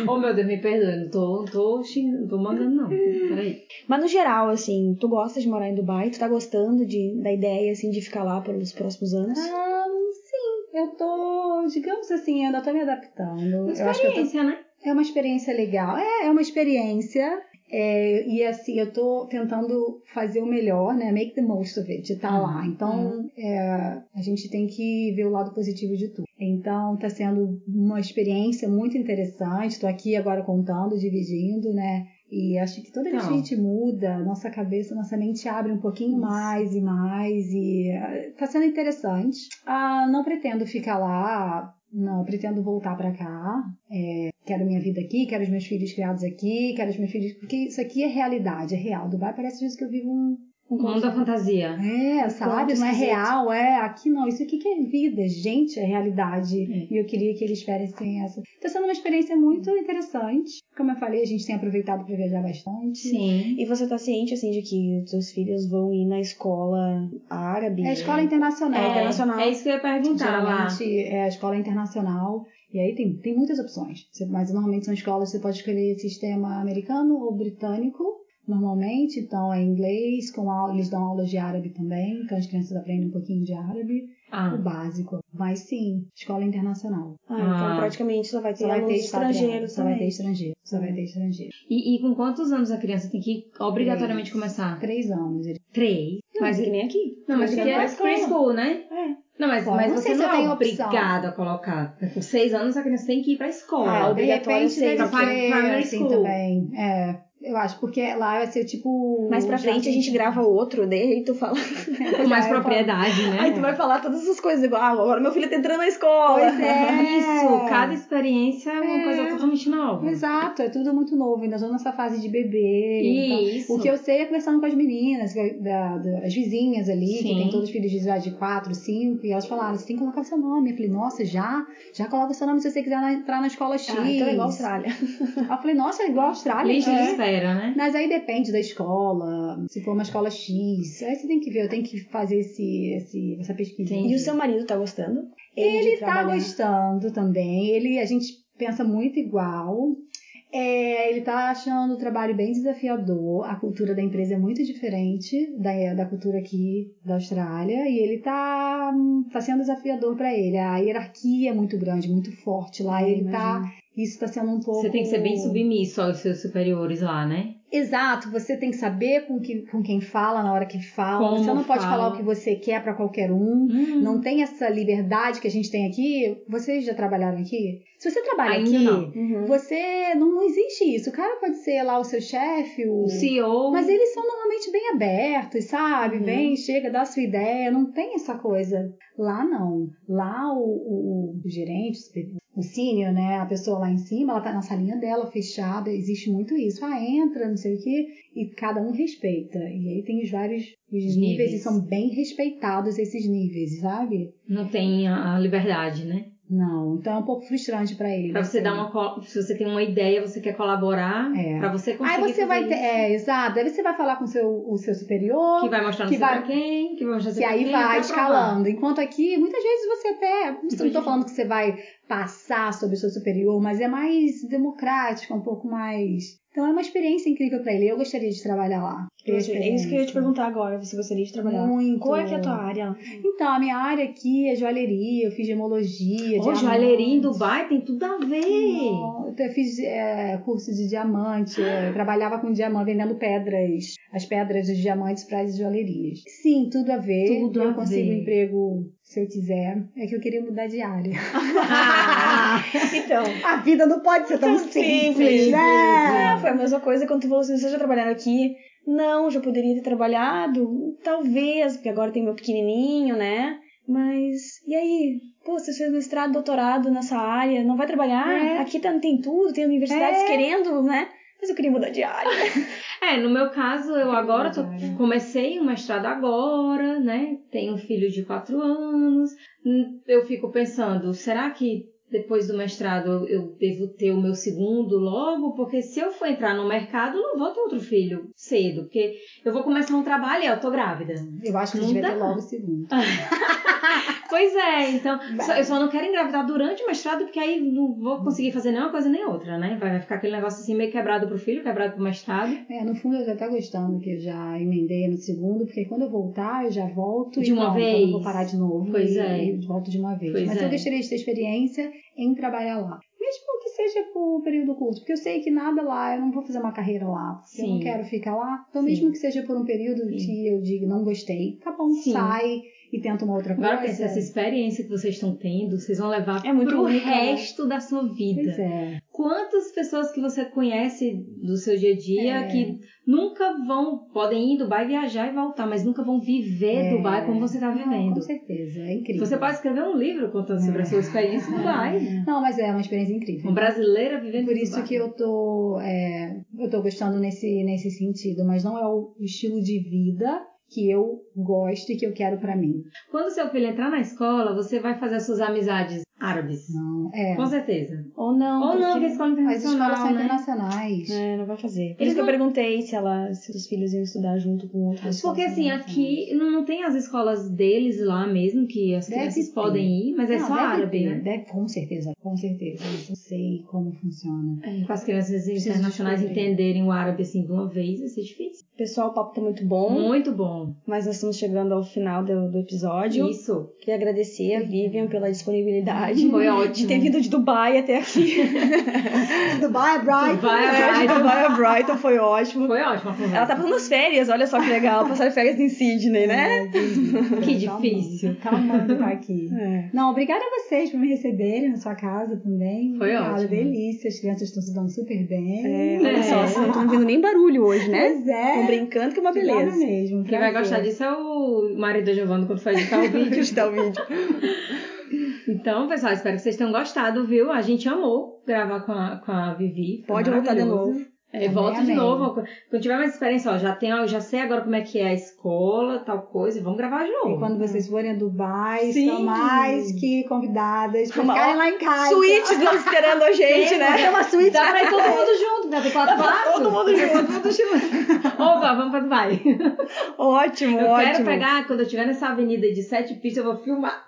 oh, meu Deus, me perdoe, não tô, não tô xingando, não tô mandando, não. Peraí. Mas no geral, assim, tu gosta de morar em Dubai? Tu tá gostando de, da ideia, assim, de ficar lá pelos próximos anos? Ah, sim, eu tô, digamos assim, ainda tô me adaptando. Eu acho que eu tô- Experiência, né? é uma experiência legal. É, é uma experiência. é, e assim, eu tô tentando fazer o melhor, né? Make the most of it, de estar lá. Então, é, a gente tem que ver o lado positivo de tudo. Então, tá sendo uma experiência muito interessante. Tô aqui agora contando, dividindo, né? E acho que toda vez que a Então. gente muda, nossa cabeça, nossa mente abre um pouquinho mais e mais. E ah, tá sendo interessante. Ah, não pretendo ficar lá, não, pretendo voltar pra cá É, quero minha vida aqui, quero os meus filhos criados aqui, quero os meus filhos. Porque isso aqui é realidade, é real. Dubai parece disso que eu vivo um. O mundo tá? da fantasia. É, sabe? Não é esquisito. real, é. Aqui não. Isso aqui que é vida, gente, é realidade. E eu queria que eles experiencem essa. Tá sendo uma experiência muito interessante. Como eu falei, a gente tem aproveitado pra viajar bastante. Sim. E você tá ciente, assim, de que os seus filhos vão ir na escola árabe? É a escola internacional. É, internacional. É isso que eu ia perguntar lá. Geralmente é a escola internacional. E aí tem, tem muitas opções. Você- Mas normalmente são escolas, você pode escolher sistema americano ou britânico. Normalmente, então é inglês, com aula, eles dão aulas de árabe também, então as crianças aprendem um pouquinho de árabe. o Ah. básico. Mas sim, escola internacional. Ah, então Ah. praticamente só vai ter Só vai ter alunos expatriado, estrangeiros só vai ter também. estrangeiro, só vai ter estrangeiro. E, e com quantos anos a criança tem que obrigatoriamente começar? Três anos. ele- Três. Não, mas é que nem aqui. não, mas Mas que é é mais preschool, né? É. Não, mas, Bom, mas não você sei se não eu é tenho opção. obrigado a colocar. Com seis anos a criança tem que ir pra Ah, escola. o- obrigatório de repente seis, deve pra ser primary assim school. também. É, eu acho, porque lá vai ser tipo... Mais pra já frente a tem- gente grava outro, daí aí tu fala. com mais É, eu falo- propriedade, né? Aí tu vai falar todas essas coisas, igual, ah, agora meu filho tá entrando na escola. Pois é. Isso, cada experiência é uma É. coisa totalmente nova. Exato, é tudo muito novo, ainda estou nessa fase de bebê. então, Isso. O que eu sei é conversando com as meninas, que- é da, da- as vizinhas ali, que Sim. tem todos os filhos de idade de 4, 5, e elas falaram, você tem que colocar o seu nome. Eu falei, nossa, já? Já coloca o seu nome se você quiser na- entrar na escola X. Ah, então é igual a Austrália. Aí Eu falei, nossa, é igual a Austrália? Lista É. de espera, né? Mas aí depende da escola, se for uma escola X, aí você tem que ver, eu tenho que fazer esse, esse, essa pesquisa. Entendi. E o seu marido tá gostando? Ele de tá trabalhar? gostando também. Ele, a gente pensa muito igual. É, ele tá achando o trabalho bem desafiador. A cultura da empresa é muito diferente da, da cultura aqui da Austrália. E ele tá, hum, tá sendo desafiador pra ele. A hierarquia é muito grande, muito forte lá. Eu ele tá. Isso tá sendo um pouco. É, Você tem que ser bem submisso aos seus superiores lá, né? Exato, você tem que saber com, que, com quem fala na hora que fala. Como você não pode fala. falar o que você quer pra qualquer um. Uhum. Não tem essa liberdade que a gente tem aqui. Vocês já trabalharam aqui? Se você trabalha Ainda aqui, não. Uhum. você não, não existe isso. O cara pode ser lá o seu chefe, o. O CEO. Mas eles são normalmente bem abertos, sabe? Uhum. Vem, chega, dá a sua ideia. Não tem essa coisa. Lá não. Lá o, o- o gerente, o super- o senior, né? A pessoa lá em cima, ela tá na salinha dela, fechada. Existe muito isso. Ah, entra, não sei o quê. E cada um respeita. E aí tem os vários os níveis. Níveis. e são bem respeitados esses níveis, sabe? Não tem a a liberdade, né? Não. Então é um pouco frustrante pra ele. Pra você assim. dar uma. co- Se você tem uma ideia, você quer colaborar. É. Pra você conseguir. Aí fazer você vai ter. isso. É, exato. Aí você vai falar com o seu, o seu superior. Que vai mostrar não que sei vai- pra quem. Que vai mostrar não sei E pra aí quem, vai até aprovar. escalando. Enquanto aqui, muitas vezes você até. Não Tipo, estou gente- falando que você vai passar sobre o seu superior, mas é mais democrático, um pouco mais. Então é uma experiência incrível pra ele. Eu gostaria de trabalhar lá. Eu gostaria- É isso que eu ia te perguntar agora, se você gostaria de trabalhar. Muito. Qual é que é a tua área? Então, a minha área aqui é joalheria, eu fiz gemologia. Ô, diamante. joalheria em Dubai tem tudo a ver. Então, Eu fiz é, curso de diamante, é, trabalhava com diamante, vendendo pedras, as pedras dos diamantes para as joalherias. Sim, tudo a ver. Tudo eu a consigo ver. emprego se eu quiser. É que eu queria mudar de área. Ah, Então. A vida não pode ser tão simples, né? né? Foi a mesma coisa quando tu falou assim, vocês já trabalharam aqui? Não, já poderia ter trabalhado? Talvez, porque agora tem meu pequenininho, né? Mas, e aí? Pô, você fez mestrado, doutorado nessa área, não vai trabalhar? É. Aqui tá- tem tudo, tem universidades É. querendo, né? Mas eu queria mudar de área. É, no meu caso, eu agora tô- comecei um mestrado agora, né? Tenho um filho de quatro anos. Hum, Eu fico pensando, será que depois do mestrado eu- eu devo ter o meu segundo logo? Porque se eu for entrar no mercado, eu não vou ter outro filho cedo, porque eu vou começar um trabalho e eu tô grávida. Eu acho que a Não gente vai dá. ter logo o segundo. Pois é, então, só- eu só não quero engravidar durante o mestrado, porque aí não vou conseguir fazer nenhuma coisa nem outra, né? Vai ficar aquele negócio assim meio quebrado pro filho, quebrado pro mestrado. É, no fundo eu já tá gostando que eu já emendei no segundo, porque quando eu voltar, eu já volto De e uma pronto, eu vez. não vou parar de novo. Pois e, é. e volto de uma vez. Pois Mas é. eu gostaria de ter experiência em trabalhar lá. Mesmo que seja por um período curto, porque eu sei que nada lá, eu não vou fazer uma carreira lá, porque eu não Sim. quero ficar lá. Então, Sim. mesmo que seja por um período Sim. que eu diga não gostei, tá bom, Sim. sai e tenta uma outra Agora coisa. pensa, essa experiência que vocês estão tendo, vocês vão levar É muito pro única, né? resto da sua vida. Pois é. Quantas pessoas que você conhece do seu dia a dia É. que nunca vão, podem ir em Dubai viajar e voltar, mas nunca vão viver É. Dubai como você está Ah, Tá vivendo. com certeza, é incrível. você pode escrever um livro contando sobre a sua experiência em Dubai. Não, mas é uma experiência incrível. Uma brasileira vivendo É Por em isso Dubai. que eu tô, é, eu tô gostando nesse, nesse sentido, mas não é o estilo de vida que eu gosto e que eu quero pra mim. Quando seu filho entrar na escola, você vai fazer as suas amizades árabes. Não, é. Com certeza. Ou não. Ou não, porque que a escola As internacional, escolas são né? internacionais. É, não vai fazer. Por Eles isso que eu não- perguntei se ela, se os filhos iam estudar junto com outros. né? Porque assim, aqui não não tem as escolas deles lá mesmo, que as Deve crianças ter. podem ir, mas é Não, só deve árabe, ter, né? Deve, com certeza, com certeza. Mas eu sei como funciona. É, para as crianças Preciso internacionais descobrir. entenderem o árabe assim de uma vez, vai ser difícil. Pessoal, o papo tá muito bom, Muito bom. mas nós estamos chegando ao final do, do episódio. Isso. Queria agradecer a Vivian pela disponibilidade. Foi De ótimo. ter vindo de Dubai até aqui. Dubai, Bright. Vai, É, vai, de vai. Dubai a Brighton foi ótimo. Foi ótima a conversa. Ela tá passando as férias, olha só que legal. Passaram férias em Sydney, né? Que difícil. Calmando tá aqui. É. Não, obrigada a vocês por me receberem na sua casa também. Foi Obrigada, ótimo. né? delícia. As crianças estão se dando super bem. É, Hum, olha só, vocês não estão ouvindo nem barulho hoje, né? Pois é. Estão brincando que é uma Obrigada beleza. mesmo. Quem vai prazer. gostar disso é o marido da Giovanna quando for editar o vídeo. Está o vídeo. Então, pessoal, espero que vocês tenham gostado, viu? A gente amou gravar com a, com a Vivi. Foi Pode voltar de maravilhoso. novo. É, Amém, volta de amém. novo. Quando tiver mais experiência, ó, já, tenho, já sei agora como é que é a escola, tal coisa, e vamos gravar de E novo. quando vocês forem a Dubai, Sim. estão mais que convidadas pra Uma- ficarem lá em casa. Suítes estão esperando a gente, né? Tem uma suíte Dá pra ir todo mundo junto, né? Tem quatro quartos. Todo mundo junto. Opa, vamos pra Dubai. Ótimo, Eu ótimo. quero pegar, quando eu estiver nessa avenida de sete pistas, eu vou filmar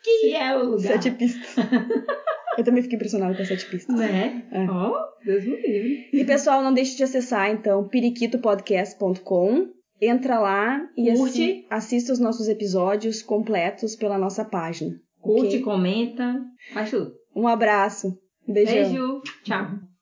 aqui é o lugar. Sete pistas. Eu também fiquei impressionada com as sete pistas. Né? É. Ó, Deus me livre. E pessoal, não deixe de acessar então periquitopodcast.com. Entra lá e Curte. assi- assista os nossos episódios completos pela nossa página. Curte, Ok? comenta, faz tudo. Um abraço. Beijão. Beijo, tchau.